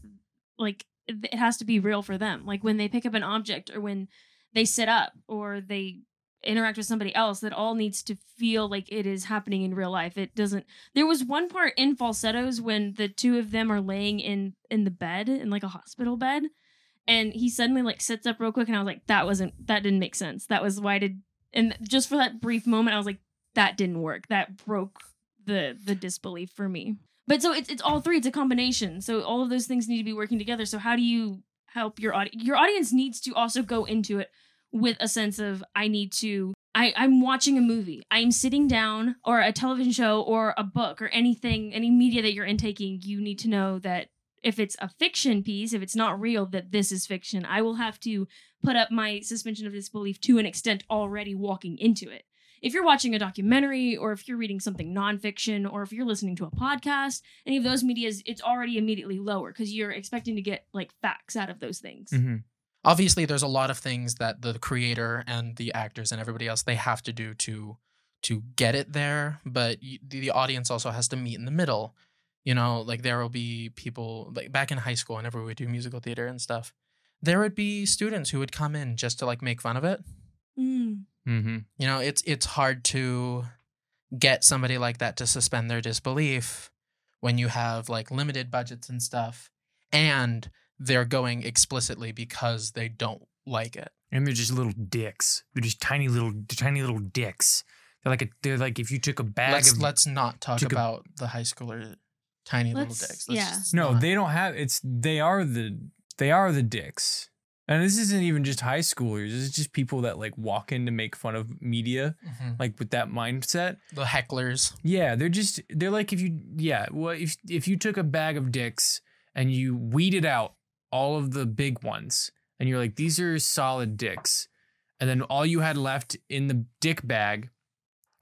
Speaker 1: like it it has to be real for them. Like when they pick up an object or when they sit up or they interact with somebody else that all needs to feel like it is happening in real life it doesn't there was one part in falsettos when the two of them are laying in in the bed in like a hospital bed and he suddenly like sits up real quick and I was like that wasn't that didn't make sense. That was why did and just for that brief moment I was like that didn't work. That broke the the disbelief for me. But so it's it's all three. It's a combination. So all of those things need to be working together. So how do you help your audience? Your audience needs to also go into it with a sense of I need to. I I'm watching a movie. I'm sitting down or a television show or a book or anything any media that you're intaking. You need to know that if it's a fiction piece, if it's not real, that this is fiction. I will have to put up my suspension of disbelief to an extent already walking into it if you're watching a documentary or if you're reading something nonfiction or if you're listening to a podcast, any of those medias, it's already immediately lower because you're expecting to get like facts out of those things.
Speaker 2: Mm-hmm.
Speaker 3: Mhm.
Speaker 2: Obviously, there's a lot of things that the creator and the actors and everybody else they have to do to to get it there, but y the, the audience also has to meet in the middle. You know, like there will be people like back in high school, whenever we would do musical theater and stuff, there would be students who would come in just to like make fun of it.
Speaker 1: Mm.
Speaker 3: Mm-hmm.
Speaker 2: you know it's it's hard to get somebody like that to suspend their disbelief when you have like limited budgets and stuff and they're going explicitly because they don't like it
Speaker 3: And they're just little dicks. They're just tiny little, tiny little dicks. They're like a, they're like if you took a bag
Speaker 2: let's
Speaker 3: of
Speaker 2: let's not talk
Speaker 3: took a-
Speaker 2: about the high schooler tiny
Speaker 1: Let's-
Speaker 2: little dicks
Speaker 1: yeah.
Speaker 2: just
Speaker 3: No,
Speaker 2: not.
Speaker 3: they don't have it's they are the they are the dicks. And this isn't even just high schoolers. This is just people that like walk in to make fun of media,
Speaker 2: Mhm.
Speaker 3: like with that mindset.
Speaker 2: the hecklers
Speaker 3: Yeah, they're just they're like if you yeah, well if if you took a bag of dicks and you weeded out all of the big ones and you're like these are solid dicks. And then all you had left in the dick bag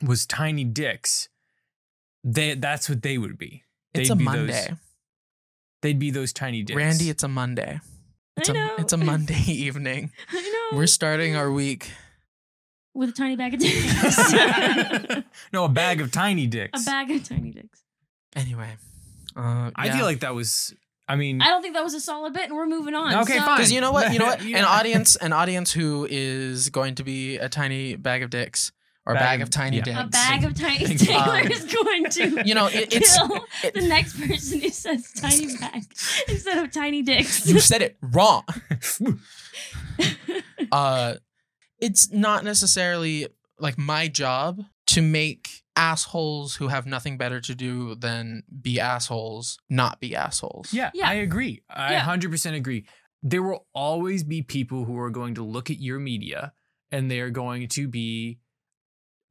Speaker 3: was tiny dicks. They that's what they would be.
Speaker 2: it's
Speaker 3: They'd
Speaker 2: a
Speaker 3: be those-
Speaker 2: monday
Speaker 3: They'd be those tiny dicks.
Speaker 2: randy it's a monday it's
Speaker 1: I
Speaker 2: a
Speaker 1: know. Oh,
Speaker 2: it's a monday evening
Speaker 1: I know.
Speaker 2: we're starting our week
Speaker 1: with a tiny bag of dicks. a
Speaker 3: no, a bag of tiny dicks.
Speaker 1: bag of tiny dicks.
Speaker 2: anyway uh,
Speaker 3: I
Speaker 2: yeah.
Speaker 3: feel like that was. I
Speaker 2: Mm.
Speaker 3: mean,
Speaker 1: I don't think that was a solid bit, and we're moving on.
Speaker 3: Okay,
Speaker 1: so-
Speaker 3: fine.
Speaker 2: Because you know what, you know what,
Speaker 3: Yeah.
Speaker 2: an audience, an audience who is going to be a tiny bag of dicks or a
Speaker 3: Bag
Speaker 2: bag of
Speaker 3: of-
Speaker 2: tiny
Speaker 3: yeah.
Speaker 1: A
Speaker 2: dicks.
Speaker 1: bag of tiny
Speaker 3: Thank
Speaker 1: dicks
Speaker 3: you.
Speaker 2: Um,
Speaker 1: is going to
Speaker 2: you know, it, it's
Speaker 1: kill
Speaker 2: it-
Speaker 1: the next person who says tiny bag instead of tiny dicks.
Speaker 2: you said it wrong. Uh, it's not necessarily like my job to make assholes who have nothing better to do than be assholes not be assholes.
Speaker 3: yeah,
Speaker 1: Yeah.
Speaker 3: I agree. I
Speaker 1: Yeah.
Speaker 3: hundred percent agree. There will always be people who are going to look at your media and they are going to be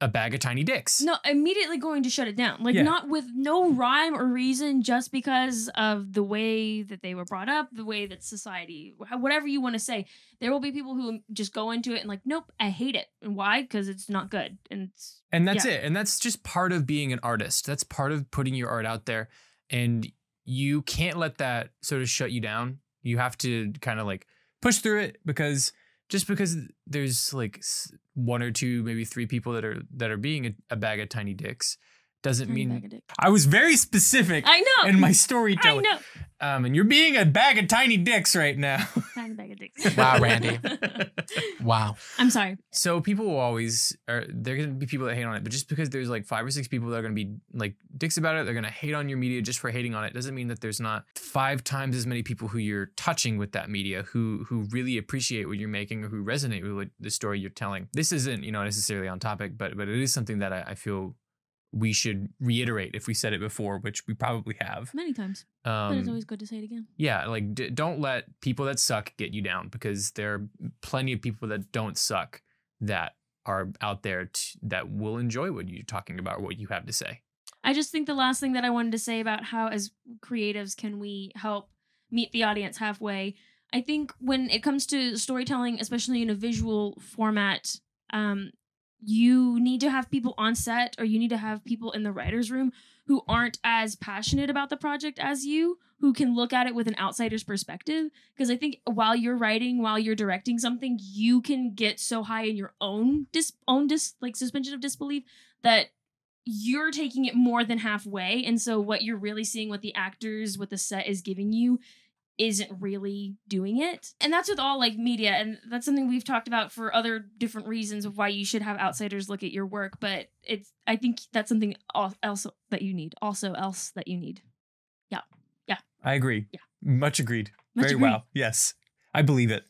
Speaker 3: a bag of tiny dicks.
Speaker 1: No, immediately going to shut it down. Like
Speaker 3: Yeah.
Speaker 1: not with no rhyme or reason, just because of the way that they were brought up, the way that society, wh- whatever you want to say, there will be people who just go into it and like, nope, I hate it. And why? Because it's not good. And it's,
Speaker 3: And that's
Speaker 1: Yeah.
Speaker 3: it. And that's just part of being an artist. That's part of putting your art out there. And you can't let that sort of shut you down. You have to kind of like push through it because just because there's like s- one or two, maybe three people that are that are being a, a bag of tiny dicks doesn't
Speaker 1: Tiny
Speaker 3: mean
Speaker 1: bag of dicks.
Speaker 3: I was very specific
Speaker 1: I know.
Speaker 3: in my
Speaker 1: I
Speaker 3: storytelling.
Speaker 1: know.
Speaker 3: Um, and you're being a bag of tiny dicks right now.
Speaker 1: Tiny bag of dicks.
Speaker 2: Wow, Randy. Wow.
Speaker 1: I'm sorry.
Speaker 3: So people will always are they're gonna be people that hate on it, but just because there's like five or six people that are gonna be like dicks about it, they're gonna hate on your media just for hating on it. Doesn't mean that there's not five times as many people who you're touching with that media who who really appreciate what you're making or who resonate with what, the story you're telling. This isn't you know necessarily on topic, but but it is something that I, I feel we should reiterate if we said it before, which we probably have.
Speaker 1: Many times. But it's
Speaker 3: Um,
Speaker 1: always good to say it again.
Speaker 3: yeah, like d- don't let people that suck get you down because there are plenty of people that don't suck that are out there t- that will enjoy what you're talking about, what you have to say.
Speaker 1: I just think the last thing that I wanted to say about how, as creatives, can we help meet the audience halfway? I think when it comes to storytelling, especially in a visual format, um, you need to have people on set or you need to have people in the writer's room who aren't as passionate about the project as you, who can look at it with an outsider's perspective. Because I think while you're writing, while you're directing something, you can get so high in your own dis- own dis- like suspension of disbelief that you're taking it more than halfway and so what you're really seeing what the actors what the set is giving you isn't really doing it and that's with all like media and that's something we've talked about for other different reasons of why you should have outsiders look at your work but it's i think that's something al- else that you need also else that you need
Speaker 3: I agree.
Speaker 1: Yeah.
Speaker 3: Much agreed.
Speaker 1: Much
Speaker 3: Very
Speaker 1: agree.
Speaker 3: well. Yes. I believe it.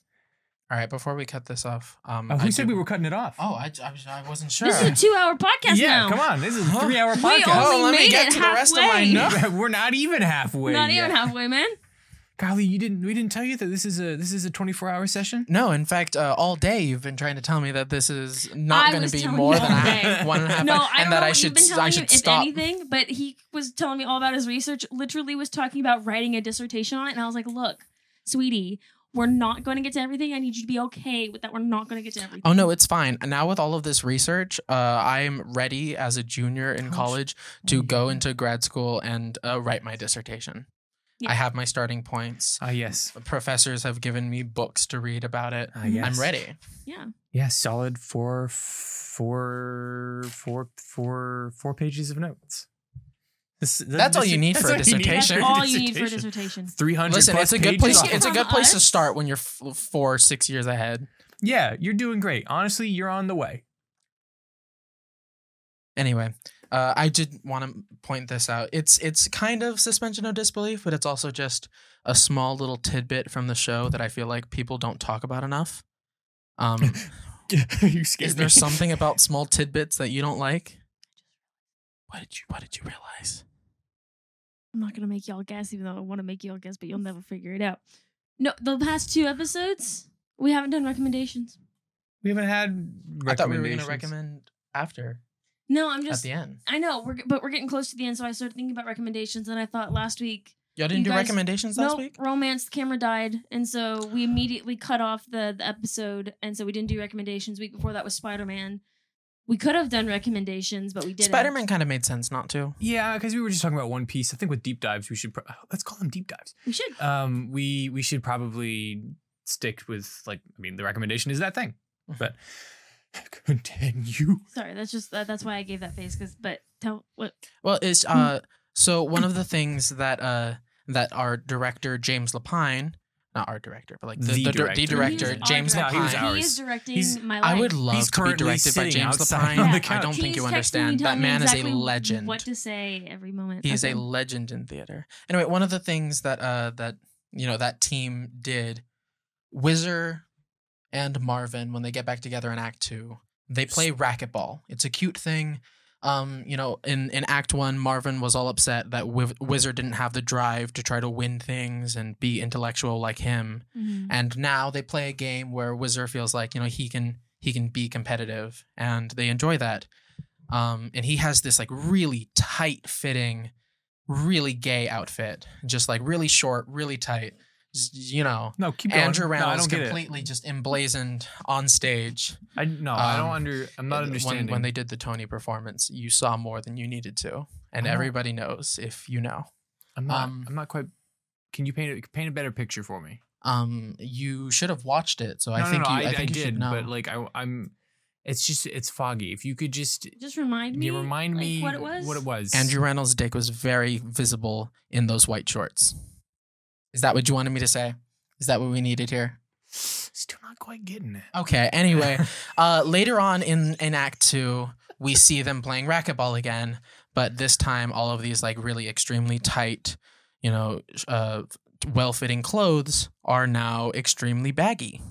Speaker 2: All right, before we cut this off, um,
Speaker 3: Uh,
Speaker 2: I
Speaker 3: who said
Speaker 2: do-
Speaker 3: we were cutting it off?
Speaker 2: Oh, I, I, was- I wasn't sure.
Speaker 1: This is a two-hour podcast
Speaker 3: yeah,
Speaker 1: now.
Speaker 3: come on. This is a
Speaker 2: Huh?
Speaker 3: three hour
Speaker 1: We
Speaker 3: podcast.
Speaker 1: only
Speaker 2: Oh, let me
Speaker 1: made
Speaker 2: get
Speaker 1: it
Speaker 2: to the
Speaker 1: halfway.
Speaker 2: rest of my notes.
Speaker 3: we're not even halfway.
Speaker 1: Not
Speaker 3: yet.
Speaker 1: even halfway, man.
Speaker 3: Golly, you didn't. We didn't tell you that this is a this is a twenty four hour session.
Speaker 2: No, in fact, uh, all day you've been trying to tell me that this is not
Speaker 1: I
Speaker 2: going
Speaker 1: was
Speaker 2: to be
Speaker 1: telling
Speaker 2: more
Speaker 1: you
Speaker 2: than
Speaker 1: all
Speaker 2: a
Speaker 3: day.
Speaker 2: half, one and a half,
Speaker 1: No,
Speaker 2: hour,
Speaker 1: I don't
Speaker 2: and
Speaker 1: know
Speaker 2: that
Speaker 1: what
Speaker 2: I
Speaker 1: you've
Speaker 2: should
Speaker 1: been
Speaker 2: s-
Speaker 1: telling
Speaker 2: I
Speaker 1: you,
Speaker 2: should
Speaker 1: if
Speaker 2: stop.
Speaker 1: anything, but he was telling me all about his research. Literally was talking about writing a dissertation on it, and I was like, "Look, sweetie, we're not going to get to everything. I need you to be okay with that. We're not going to get to everything."
Speaker 2: Oh no, it's fine. Now with all of this research, uh, I'm ready as a junior in college
Speaker 3: Mm-hmm.
Speaker 2: to go into grad school and uh, write my dissertation.
Speaker 1: Yeah.
Speaker 2: I have my starting points.
Speaker 3: Ah, yes.
Speaker 2: Professors have given me books to read about it.
Speaker 3: Ah, yes.
Speaker 2: I'm ready.
Speaker 3: Yeah, solid four, four, four, four, four pages of notes. This-
Speaker 2: That's all you need
Speaker 3: that's
Speaker 2: for a
Speaker 3: all you need
Speaker 1: That's
Speaker 2: dissertation.
Speaker 3: for a
Speaker 1: all you need for a dissertation.
Speaker 3: Three hundred.
Speaker 2: Listen, it's a good place.
Speaker 1: off
Speaker 2: It's a
Speaker 1: of
Speaker 2: good place to
Speaker 1: us.
Speaker 2: start when you're f- four, six years ahead.
Speaker 3: yeah, you're doing great. Honestly, you're on the way.
Speaker 2: Anyway, uh, I did want to point this out. It's it's kind of suspension of disbelief, but it's also just a small little tidbit from the show that I feel like people don't talk about enough. Um,
Speaker 3: you scared
Speaker 2: is there something about small tidbits that you don't like? What did you What did you realize?
Speaker 1: I'm not gonna make y'all guess, even though I want to make y'all guess, but you'll never figure it out. No, the past two episodes, we haven't done recommendations.
Speaker 3: We haven't had.
Speaker 2: I thought we were going to
Speaker 3: recommendations.
Speaker 2: recommend after
Speaker 1: No, I'm
Speaker 2: at
Speaker 1: just.
Speaker 2: the end.
Speaker 1: I know, we're, g- but we're getting close to the end, so I started thinking about recommendations. And I thought last week,
Speaker 2: Y'all didn't
Speaker 1: you
Speaker 2: do
Speaker 1: guys-
Speaker 2: recommendations last
Speaker 1: no
Speaker 2: week.
Speaker 1: romance. The camera died, and so we immediately cut off the, the episode, and so we didn't do recommendations. Week before that was Spider Man. We could have done recommendations, but we didn't.
Speaker 2: Spider Man kind of made sense not to.
Speaker 3: Yeah, because we were just talking about One Piece. I think with deep dives, we should pro- let's call them deep dives.
Speaker 1: We should.
Speaker 3: Um, we we should probably stick with like I mean the recommendation is that thing,
Speaker 2: Mm-hmm.
Speaker 3: but continue.
Speaker 1: Sorry, that's just that, that's why I gave that face. Because, but tell what
Speaker 2: Well, it's uh so one of the things that uh that our director James Lapine, not our director, but like the
Speaker 3: The
Speaker 2: the, dir- the director,
Speaker 3: director.
Speaker 1: He is our
Speaker 2: James
Speaker 3: director. No, he was
Speaker 2: Lapine.
Speaker 3: ours.
Speaker 1: he is directing
Speaker 3: He's-
Speaker 1: my life.
Speaker 2: I would love
Speaker 3: He's
Speaker 2: to be
Speaker 3: currently
Speaker 2: directed by
Speaker 3: sitting
Speaker 2: James
Speaker 3: outside
Speaker 2: Lapine.
Speaker 1: on the
Speaker 2: I don't
Speaker 3: couch.
Speaker 2: think
Speaker 1: He's texting
Speaker 2: you
Speaker 1: me,
Speaker 2: understand.
Speaker 1: telling
Speaker 2: That
Speaker 1: me
Speaker 2: man
Speaker 1: exactly
Speaker 2: is a legend.
Speaker 1: What to say every moment.
Speaker 2: He is a
Speaker 1: Okay.
Speaker 2: legend in theater. Anyway, one of the things that uh that you know that team did, Whizzer and Marvin, when they get back together in Act Two, they play racquetball. It's a cute thing. Um, you know, in, in Act One, Marvin was all upset that Wiz- Wizard didn't have the drive to try to win things and be intellectual like him.
Speaker 1: Mhm.
Speaker 2: And now they play a game where Wizard feels like you know he can he can be competitive, and they enjoy that. Um, and he has this like really tight fitting, really gay outfit, just like really short, really tight. Just, you know,
Speaker 3: No, keep going.
Speaker 2: Andrew
Speaker 3: no, I
Speaker 2: Reynolds
Speaker 3: don't get it.
Speaker 2: completely just emblazoned on stage.
Speaker 3: I, no, I don't
Speaker 2: Um,
Speaker 3: under. I'm not
Speaker 2: When-
Speaker 3: understanding.
Speaker 2: when they did the Tony performance. You saw more than you needed to, and
Speaker 3: I'm not-
Speaker 2: everybody knows if you know.
Speaker 3: I'm not.
Speaker 2: um,
Speaker 3: I'm not quite. Can you paint a, paint a better picture for me?
Speaker 2: Um, you should have watched it. So I
Speaker 3: no,
Speaker 2: think
Speaker 3: no, no,
Speaker 2: you,
Speaker 3: I,
Speaker 2: I, think
Speaker 3: I
Speaker 2: you should
Speaker 3: did,
Speaker 2: know.
Speaker 3: but like I, I'm. It's just it's foggy. If you could just
Speaker 1: Just remind me.
Speaker 3: you remind
Speaker 1: like,
Speaker 3: me
Speaker 1: what it was.
Speaker 3: What it was.
Speaker 2: Andrew Reynolds' dick was very visible in those white shorts. Is that what you wanted me to say? Is that what we needed here?
Speaker 3: Still not quite getting it.
Speaker 2: Okay. Oh, Anyway, uh, later on in in Act Two, we see them playing racquetball again, but this time all of these like really extremely tight, you know, uh, well fitting clothes are now extremely baggy.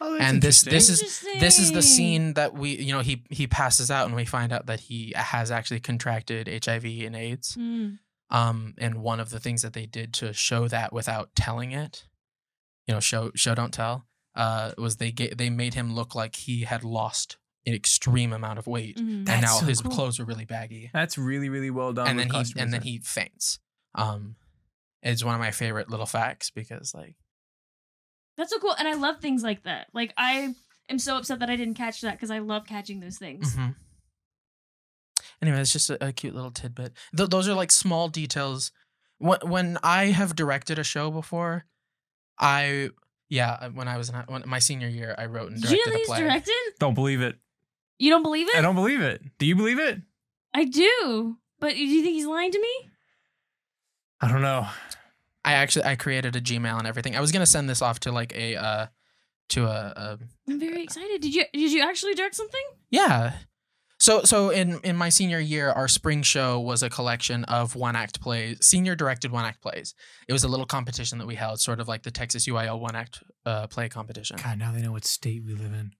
Speaker 3: Oh, that's
Speaker 2: and this this
Speaker 3: interesting.
Speaker 2: is this is the scene that we you know he he passes out and we find out that he has actually contracted HIV and AIDS.
Speaker 1: Mm.
Speaker 2: Um, and one of the things that they did to show that without telling it, you know, show show don't tell, uh, was they ga- they made him look like he had lost an extreme amount of weight,
Speaker 1: Mhm.
Speaker 3: That-
Speaker 2: and
Speaker 3: Mm, That's
Speaker 2: now
Speaker 3: so
Speaker 2: his
Speaker 3: cool.
Speaker 2: clothes are really baggy,
Speaker 3: That's really really well done.
Speaker 2: and
Speaker 3: with
Speaker 2: then he
Speaker 3: costume
Speaker 2: and then
Speaker 3: design.
Speaker 2: he faints. Um, it's one of my favorite little facts because like
Speaker 1: That's so cool, and I love things like that. Like I am so upset that I didn't catch that because I love catching those things.
Speaker 2: Mhm. Anyway, it's just a, a cute little tidbit. Th- those are like small details. When when I have directed a show before, I yeah, uh, when I was in hi- when, my senior year, I wrote and
Speaker 1: Did you know
Speaker 2: Mm-hmm. directed
Speaker 1: that
Speaker 2: a
Speaker 1: he's
Speaker 2: play.
Speaker 1: directed?
Speaker 3: Don't believe it.
Speaker 1: You don't believe it?
Speaker 3: I don't believe it. Do you believe it?
Speaker 1: I do. But do you think he's lying to me?
Speaker 3: I don't know.
Speaker 2: I actually I created a Gmail and everything. I was gonna send this off to like a uh to a, a
Speaker 1: I'm very excited. Did you did you actually direct something?
Speaker 2: yeah. So so in in my senior year, our spring show was a collection of one act plays, senior directed one act plays. It was a little competition that we held, sort of like the Texas UIL one act uh, play competition.
Speaker 3: God, now they know what state we live in.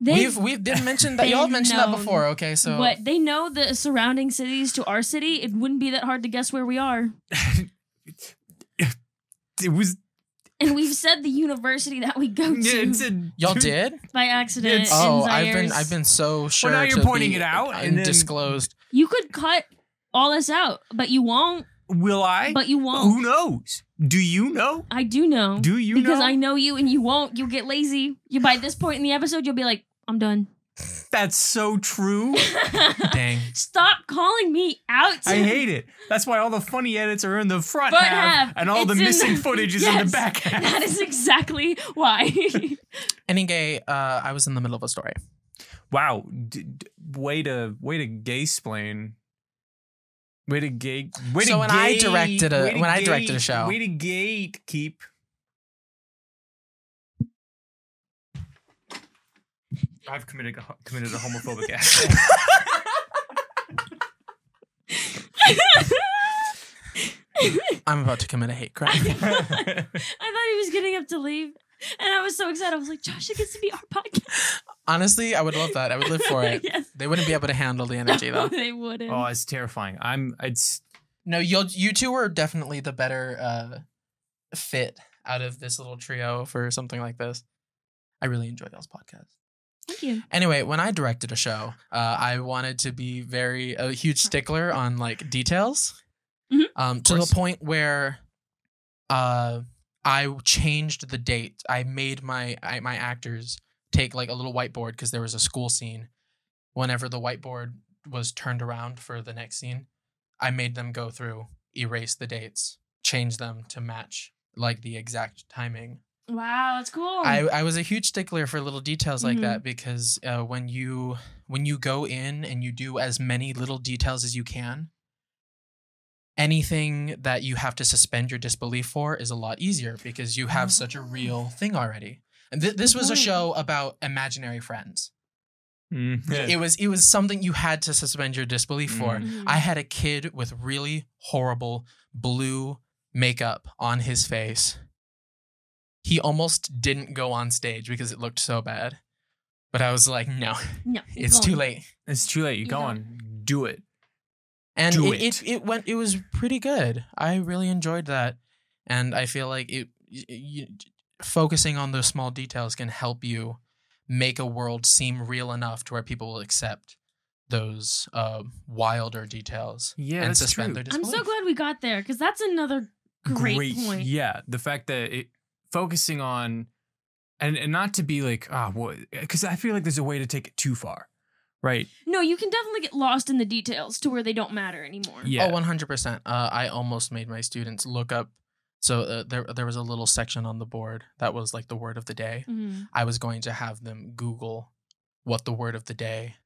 Speaker 1: They,
Speaker 2: we've we've did mention that y'all
Speaker 1: They've
Speaker 2: mentioned that
Speaker 1: known
Speaker 2: before. Okay, so
Speaker 1: what they know the surrounding cities to our city. It wouldn't be that hard to guess where we are.
Speaker 3: It was
Speaker 1: And we've said the university that we go to
Speaker 3: yeah, it's a,
Speaker 2: y'all did.
Speaker 1: by accident.
Speaker 3: It's-
Speaker 2: Oh,
Speaker 1: in
Speaker 2: I've been
Speaker 1: Zaires.
Speaker 2: I've been so sure.
Speaker 3: now you're
Speaker 2: to
Speaker 3: pointing
Speaker 2: be
Speaker 3: it out and then-
Speaker 2: undisclosed.
Speaker 1: You could cut all this out, but you won't.
Speaker 3: Will I?
Speaker 1: But you won't.
Speaker 3: Who knows? Do you know?
Speaker 1: I do know.
Speaker 3: Do you
Speaker 1: because
Speaker 3: know?
Speaker 1: I know you, and you won't. You get lazy. You by this point in the episode, you'll be like, "I'm done."
Speaker 3: That's so true.
Speaker 2: Dang.
Speaker 1: Stop calling me out.
Speaker 3: I hate it. That's why all the funny edits are in the front,
Speaker 1: Front
Speaker 3: half,
Speaker 1: half.
Speaker 3: and all the
Speaker 1: It's in
Speaker 3: missing
Speaker 1: the-
Speaker 3: footage is in the
Speaker 1: Yes.
Speaker 3: back half.
Speaker 1: That is exactly why.
Speaker 2: Any gay, uh, I was in the middle of a story.
Speaker 3: Wow, d- d- way to way to gay splain. Way to gay. Way
Speaker 2: So
Speaker 3: to
Speaker 2: when I
Speaker 3: gate-
Speaker 2: directed a-
Speaker 3: way to
Speaker 2: when I directed a
Speaker 3: gate-
Speaker 2: show-
Speaker 3: Way to gate keep. I've committed a, committed a homophobic act.
Speaker 2: I'm about to commit a hate crime.
Speaker 1: I thought he was getting up to leave, and I was so excited. I was like, "Josh, it gets to be our podcast."
Speaker 2: Honestly, I would love that. I would live for it.
Speaker 1: yes.
Speaker 2: They wouldn't be able to handle the energy
Speaker 1: No,
Speaker 2: though.
Speaker 1: they wouldn't.
Speaker 3: oh, it's terrifying. I'm. It's
Speaker 2: No, you you two are definitely the better uh, fit out of this little trio for something like this. I really enjoy y'all's podcast.
Speaker 1: Thank you.
Speaker 2: Anyway, when I directed a show, uh, I wanted to be very a huge stickler on like details,
Speaker 1: Mhm.
Speaker 2: um, to the
Speaker 3: course.
Speaker 2: point where, uh, I changed the date. I made my I, my actors take like a little whiteboard because there was a school scene. Whenever the whiteboard was turned around for the next scene, I made them go through, erase the dates, change them to match like the exact timing
Speaker 1: Wow, that's cool.
Speaker 2: I, I was a huge stickler for little details like
Speaker 1: Mhm.
Speaker 2: that because uh, when you when you go in and you do as many little details as you can, anything that you have to suspend your disbelief for is a lot easier because you have such a real thing already. And th- this was a
Speaker 1: Right.
Speaker 2: show about imaginary friends.
Speaker 3: mm,
Speaker 2: It was it was something you had to suspend your disbelief for.
Speaker 1: Mhm.
Speaker 2: I had a kid with really horrible blue makeup on his face. He almost didn't go on stage because it looked so bad. But I was like, no,
Speaker 1: no, keep
Speaker 2: it's too
Speaker 1: going.
Speaker 2: late.
Speaker 3: it's too late. You
Speaker 1: You
Speaker 3: go
Speaker 1: got
Speaker 3: on. Do it.
Speaker 2: And
Speaker 3: Do
Speaker 2: it, it. It, went it was pretty good. I really enjoyed that. And I feel like it y- you, focusing on those small details can help you make a world seem real enough to where people will accept those uh, wilder details
Speaker 3: Yeah,
Speaker 2: and
Speaker 3: that's
Speaker 2: suspend
Speaker 3: true.
Speaker 2: their
Speaker 1: I'm
Speaker 2: disbelief.
Speaker 1: so glad we got there because that's another great, point.
Speaker 3: Yeah, the fact that it focusing on and and not to be like ah well because I feel like there's a way to take it too far, right?
Speaker 1: No, you can definitely get lost in the details to where they don't matter anymore.
Speaker 3: Yeah,
Speaker 2: Oh, 100%. Uh, I almost made my students look up. So uh, there, there was a little section on the board that was like the word of the day.
Speaker 1: Mhm.
Speaker 2: I was going to have them Google what the word of the day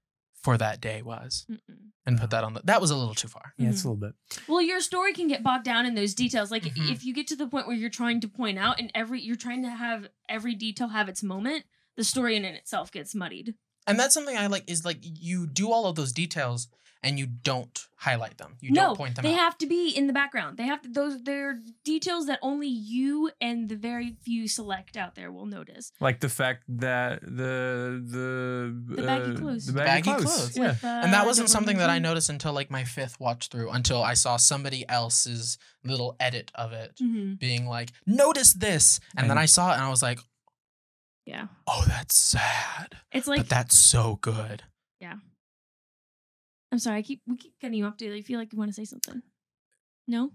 Speaker 2: for that day was
Speaker 1: Mm-mm.
Speaker 2: and put that on the. That was a little too far.
Speaker 3: yeah, it's
Speaker 1: Mm-hmm.
Speaker 3: a little bit.
Speaker 1: Well, your story can get bogged down in those details. Like
Speaker 2: Mhm.
Speaker 1: if you get to the point where you're trying to point out and every you're trying to have every detail have its moment, the story in and itself gets muddied.
Speaker 2: And that's something I like is like you do all of those details and you don't highlight them. You
Speaker 1: no,
Speaker 2: don't point them
Speaker 1: they
Speaker 2: out.
Speaker 1: have to be in the background. They have to those they're details that only you and the very few select out there will notice.
Speaker 3: Like the fact that the the uh,
Speaker 1: The baggy
Speaker 2: Uh,
Speaker 1: clothes.
Speaker 3: the
Speaker 1: The
Speaker 3: baggy,
Speaker 2: baggy
Speaker 3: clothes.
Speaker 2: clothes.
Speaker 3: Yeah,
Speaker 1: With, uh,
Speaker 2: and that wasn't
Speaker 1: don't
Speaker 2: something that I
Speaker 1: remember.
Speaker 2: noticed until like my fifth watch through, until I saw somebody else's little edit of it.
Speaker 1: Mhm.
Speaker 2: being like, notice this. And then
Speaker 3: And-
Speaker 2: I saw it and I was like,
Speaker 1: Yeah.
Speaker 2: oh, that's sad.
Speaker 1: It's like
Speaker 2: but that's so good.
Speaker 1: I'm sorry, I keep we keep cutting you off, Daily. I feel like you want to say something. No?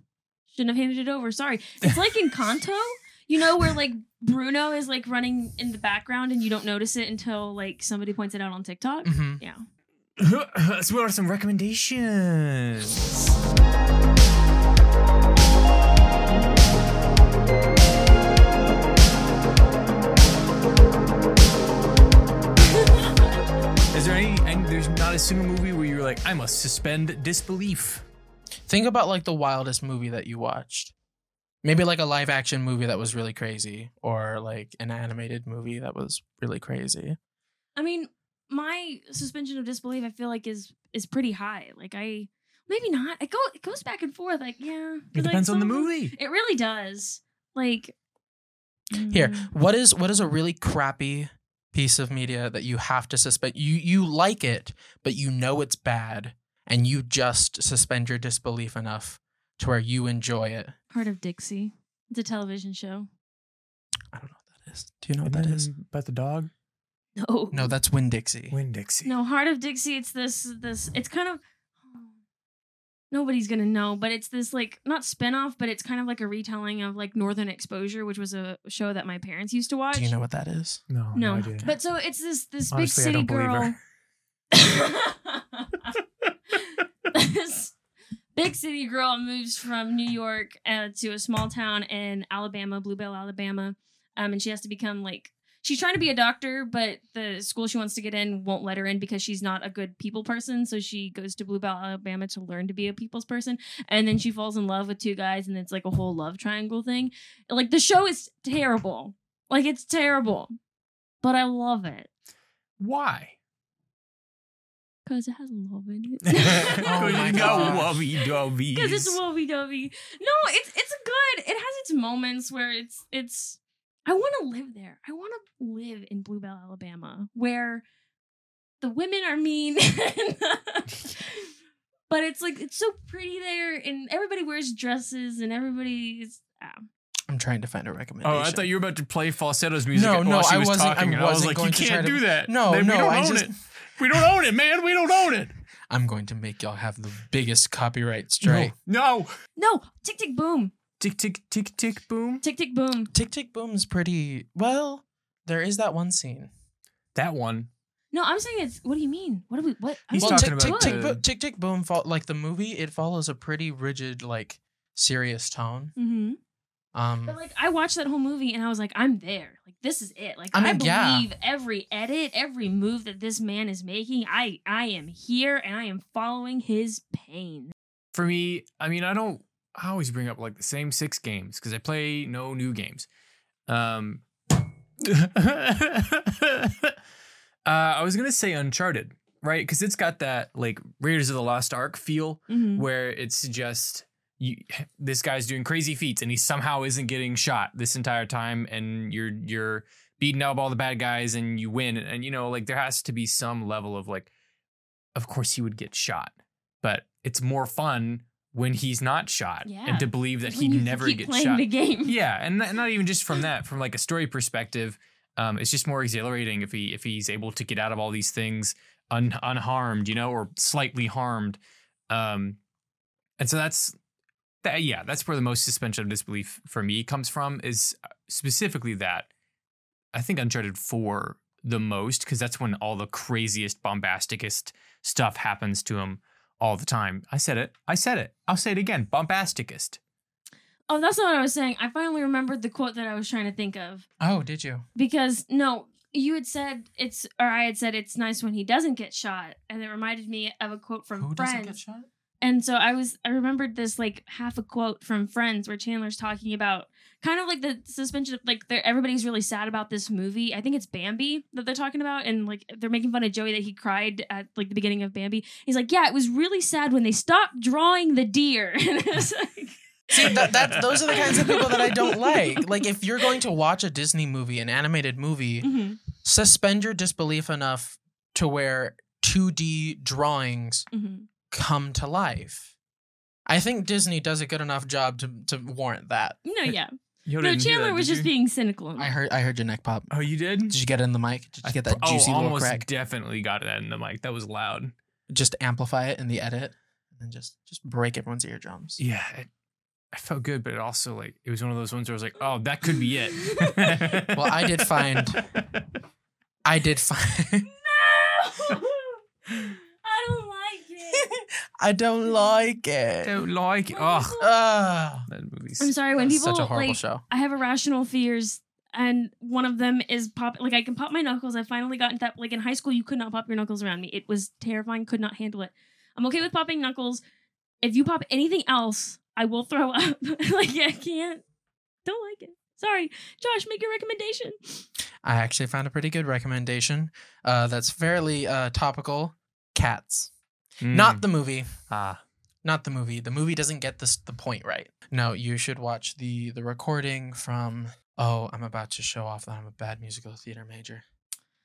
Speaker 1: Shouldn't have handed it over. Sorry. It's like in Kanto, you know, where like Bruno is like running in the background and you don't notice it until like somebody points it out on TikTok.
Speaker 3: Mm-hmm.
Speaker 2: hmm
Speaker 1: Yeah.
Speaker 3: so what are some recommendations? Is there any? And there's not a single movie where you're like, I must suspend disbelief.
Speaker 2: Think about like the wildest movie that you watched. Maybe like a live action movie that was really crazy or like an animated movie that was really crazy.
Speaker 1: I mean, my suspension of disbelief, I feel like is is pretty high. Like I maybe not. It go it goes back and forth. Like yeah, 'Cause,
Speaker 3: It
Speaker 1: like,
Speaker 3: depends on the
Speaker 1: some of them-
Speaker 3: movie.
Speaker 1: It really does. Like
Speaker 2: Here,
Speaker 1: mm,
Speaker 2: what is what is a really crappy piece of media that you have to suspend? You you like it, but you know it's bad, and you just suspend your disbelief enough to where you enjoy it.
Speaker 1: Heart of Dixie. It's a television show.
Speaker 2: I don't know what that is. Do you know what that is?
Speaker 3: about the dog?
Speaker 1: No.
Speaker 2: No, that's Win Dixie.
Speaker 3: Win Dixie.
Speaker 1: No, Heart of Dixie. It's this. This. It's kind of. Nobody's gonna know, but it's this like not spinoff, but it's kind of like a retelling of like Northern Exposure, which was a show that my parents used to watch.
Speaker 2: Do you know what that is?
Speaker 3: no,
Speaker 1: No,
Speaker 3: I didn't.
Speaker 1: but so it's this this
Speaker 3: Honestly, I
Speaker 1: big city
Speaker 3: don't believe
Speaker 1: girl.
Speaker 3: her.
Speaker 1: this big city girl moves from New York uh, to a small town in Alabama, Bluebell, Alabama, um, and she has to become like she's trying to be a doctor, but the school she wants to get in won't let her in because she's not a good people person. So she goes to Bluebell, Alabama, to learn to be a people's person, and then she falls in love with two guys, and it's like a whole love triangle thing. Like the show is terrible, like it's terrible, but I love it.
Speaker 3: Why?
Speaker 1: Cause it has love in it.
Speaker 2: Oh my
Speaker 3: You
Speaker 2: gosh.
Speaker 3: know wubby dubbies.
Speaker 1: Cause it's Wobby Dovey. No, it's it's good. It has its moments where it's it's. I want to live there. I want to live in Bluebell, Alabama, where the women are mean. but it's like it's so pretty there, and everybody wears dresses, and everybody is. ah.
Speaker 2: I'm trying to find a recommendation.
Speaker 3: Oh, I thought you were about to play falsettos music
Speaker 2: No,
Speaker 3: while
Speaker 2: no,
Speaker 3: she
Speaker 2: I
Speaker 3: was
Speaker 2: wasn't- I
Speaker 3: talking. and I was
Speaker 2: wasn't
Speaker 3: like,
Speaker 2: going
Speaker 3: you
Speaker 2: to
Speaker 3: can't
Speaker 2: try to-
Speaker 3: do that.
Speaker 2: No,
Speaker 3: Man,
Speaker 2: no,
Speaker 3: we don't
Speaker 2: I
Speaker 3: own
Speaker 2: just
Speaker 3: it. We don't own it, man. We don't own it.
Speaker 2: I'm going to make y'all have the biggest copyright strike.
Speaker 3: No.
Speaker 1: No, tick tick boom,
Speaker 3: Tick tick tick tick boom.
Speaker 1: tick tick boom.
Speaker 2: Tick Tick Boom's pretty well. There is that one scene.
Speaker 3: That one.
Speaker 1: No, I'm saying it's. What do you mean? What do we? What? I'm
Speaker 3: He's
Speaker 1: saying
Speaker 2: well,
Speaker 3: talking
Speaker 2: tick, tick,
Speaker 1: about
Speaker 2: tick, Bo-
Speaker 3: the-
Speaker 2: tick tick boom. Fo- like the movie, it follows a pretty rigid, like serious tone.
Speaker 1: Mm-hmm.
Speaker 2: Um,
Speaker 1: But like I watched that whole movie and I was like, I'm there. Like this is it. Like
Speaker 2: I
Speaker 1: I,
Speaker 2: mean, yeah.
Speaker 1: believe every edit, every move that this man is making. I I am here and I am following his pain.
Speaker 3: For me, I mean, I don't. I always bring up like the same six games because I play no new games. Um. uh, I was gonna say Uncharted, right? Because it's got that like Raiders of the Lost Ark feel.
Speaker 1: Mm-hmm.
Speaker 3: where it's just you, this guy's doing crazy feats and he somehow isn't getting shot this entire time and you're you're beating up all the bad guys and you win and you know like there has to be some level of like of course he would get shot but it's more fun when he's not shot
Speaker 1: Yeah.
Speaker 3: and to believe that
Speaker 1: When
Speaker 3: he
Speaker 1: you
Speaker 3: never
Speaker 1: keep
Speaker 3: gets
Speaker 1: playing
Speaker 3: shot
Speaker 1: The game.
Speaker 3: yeah and not, not even just from that from like a story perspective um it's just more exhilarating if he if he's able to get out of all these things un, unharmed you know or slightly harmed um and so that's that yeah that's where the most suspension of disbelief for me comes from is uh, specifically that i think uncharted 4 the most because that's when all the craziest bombasticest stuff happens to him all the time i said it i said it i'll say it again bombasticest
Speaker 1: Oh, that's not what I was saying. I finally remembered the quote that I was trying to think of.
Speaker 2: oh, did you?
Speaker 1: because no you had said it's or i had said it's nice when he doesn't get shot and it reminded me of a quote from
Speaker 2: Who
Speaker 1: friends
Speaker 2: doesn't get shot?
Speaker 1: and so i was i remembered this like half a quote from friends where chandler's talking about kind of like the suspension of like they're- everybody's really sad about this movie i think it's bambi that they're talking about and like they're making fun of joey that he cried at like the beginning of bambi he's like yeah it was really sad when they stopped drawing the deer and it's like
Speaker 2: See, that, that, those are the kinds of people that I don't like. Like, if you're going to watch a Disney movie, an animated movie,
Speaker 1: mhm,
Speaker 2: suspend your disbelief enough to where 2D drawings
Speaker 1: mhm.
Speaker 2: come to life. I think Disney does a good enough job to, to warrant that.
Speaker 1: no yeah
Speaker 3: You
Speaker 1: no
Speaker 3: didn't do
Speaker 1: chandler
Speaker 3: that,
Speaker 1: was
Speaker 3: did
Speaker 1: just
Speaker 3: you?
Speaker 1: being cynical
Speaker 2: I heard I heard your neck pop.
Speaker 3: Oh, you did?
Speaker 2: Did you get it in the mic? Did you get that
Speaker 3: Oh,
Speaker 2: juicy little
Speaker 3: almost
Speaker 2: crack?
Speaker 3: definitely got that in the mic. That was loud.
Speaker 2: just amplify it in the edit and just just break everyone's eardrums.
Speaker 3: Yeah, it, I felt good, but it also like it was one of those ones where I was like, oh, that could be it.
Speaker 2: Well, I did find- I did find
Speaker 1: No! I don't like it.
Speaker 2: I don't like it.
Speaker 3: Don't like. Oh,
Speaker 2: Ugh.
Speaker 3: that movie's.
Speaker 1: I'm sorry when
Speaker 2: That was
Speaker 1: people
Speaker 2: such a horrible
Speaker 1: like
Speaker 2: show.
Speaker 1: I have irrational fears and one of them is pop like I can pop my knuckles. I finally got into that like in high school you could not pop your knuckles around me. It was terrifying, could not handle it. I'm okay with popping knuckles. If you pop anything else, I will throw up. like I can't. Don't like it. Sorry. Josh, make your recommendation.
Speaker 2: I actually found a pretty good recommendation uh, that's fairly uh, topical Cats.
Speaker 3: mm.
Speaker 2: Not the movie.
Speaker 3: Hmm. ah.
Speaker 2: Not the movie. The movie doesn't get this, the point right. No, you should watch the, the recording from. Oh, I'm about to show off that I'm a bad musical theater major.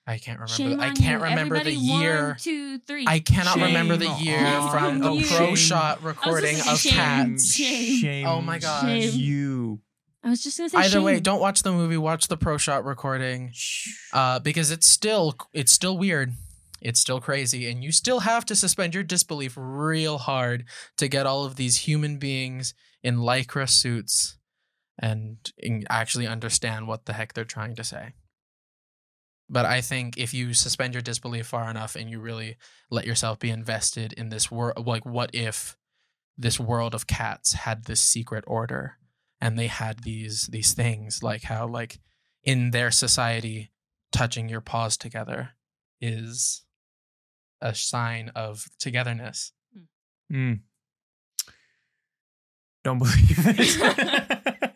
Speaker 2: I can't remember.
Speaker 1: Shame
Speaker 2: I
Speaker 1: on
Speaker 2: can't
Speaker 1: you.
Speaker 2: remember
Speaker 1: Everybody,
Speaker 2: the year.
Speaker 1: One, two, three.
Speaker 2: I cannot remember the
Speaker 3: Shame
Speaker 2: year
Speaker 1: on
Speaker 2: from a
Speaker 1: you.
Speaker 2: pro
Speaker 3: Shame.
Speaker 2: shot recording
Speaker 1: gonna
Speaker 2: of
Speaker 1: say shame.
Speaker 2: cats.
Speaker 1: Shame.
Speaker 2: Oh my gosh.
Speaker 1: Shame.
Speaker 3: You.
Speaker 1: I was just gonna say.
Speaker 2: Either
Speaker 1: shame.
Speaker 2: way, don't watch the movie. Watch the pro shot recording uh, because it's still it's still weird. It's still crazy, and you still have to suspend your disbelief real hard to get all of these human beings in lycra suits and in- actually understand what the heck they're trying to say. But I think if you suspend your disbelief far enough and you really let yourself be invested in this world, like what if this world of cats had this secret order and they had these these things like how like in their society touching your paws together is a sign of togetherness.
Speaker 3: Mm. Don't believe it.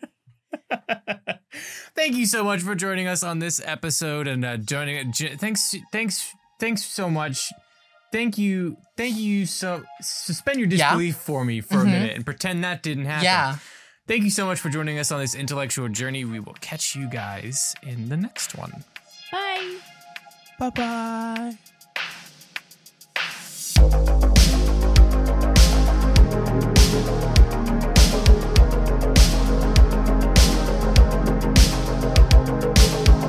Speaker 3: Thank you so much for joining us on this episode and uh, joining. J- thanks, thanks, thanks so much. Thank you, thank you. So suspend your
Speaker 2: Yeah.
Speaker 3: disbelief for me for
Speaker 2: Mhm.
Speaker 3: a minute and pretend that didn't happen. Thank you so much for joining us on this intellectual journey. We will catch you guys in the next one.
Speaker 1: Bye.
Speaker 2: Bye bye.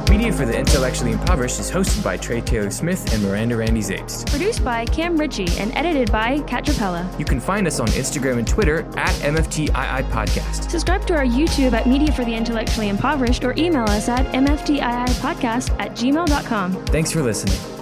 Speaker 3: Media for the Intellectually Impoverished is hosted by Trey Taylor Smith and Miranda Randy Zapes.
Speaker 5: Produced by Cam Ritchie and edited by Kat Trapella.
Speaker 3: You can find us on Instagram and Twitter at MFTII Podcast.
Speaker 5: Subscribe to our YouTube at Media for the Intellectually Impoverished or email us at mfdiipodcast at gmail.com.
Speaker 3: Thanks for listening.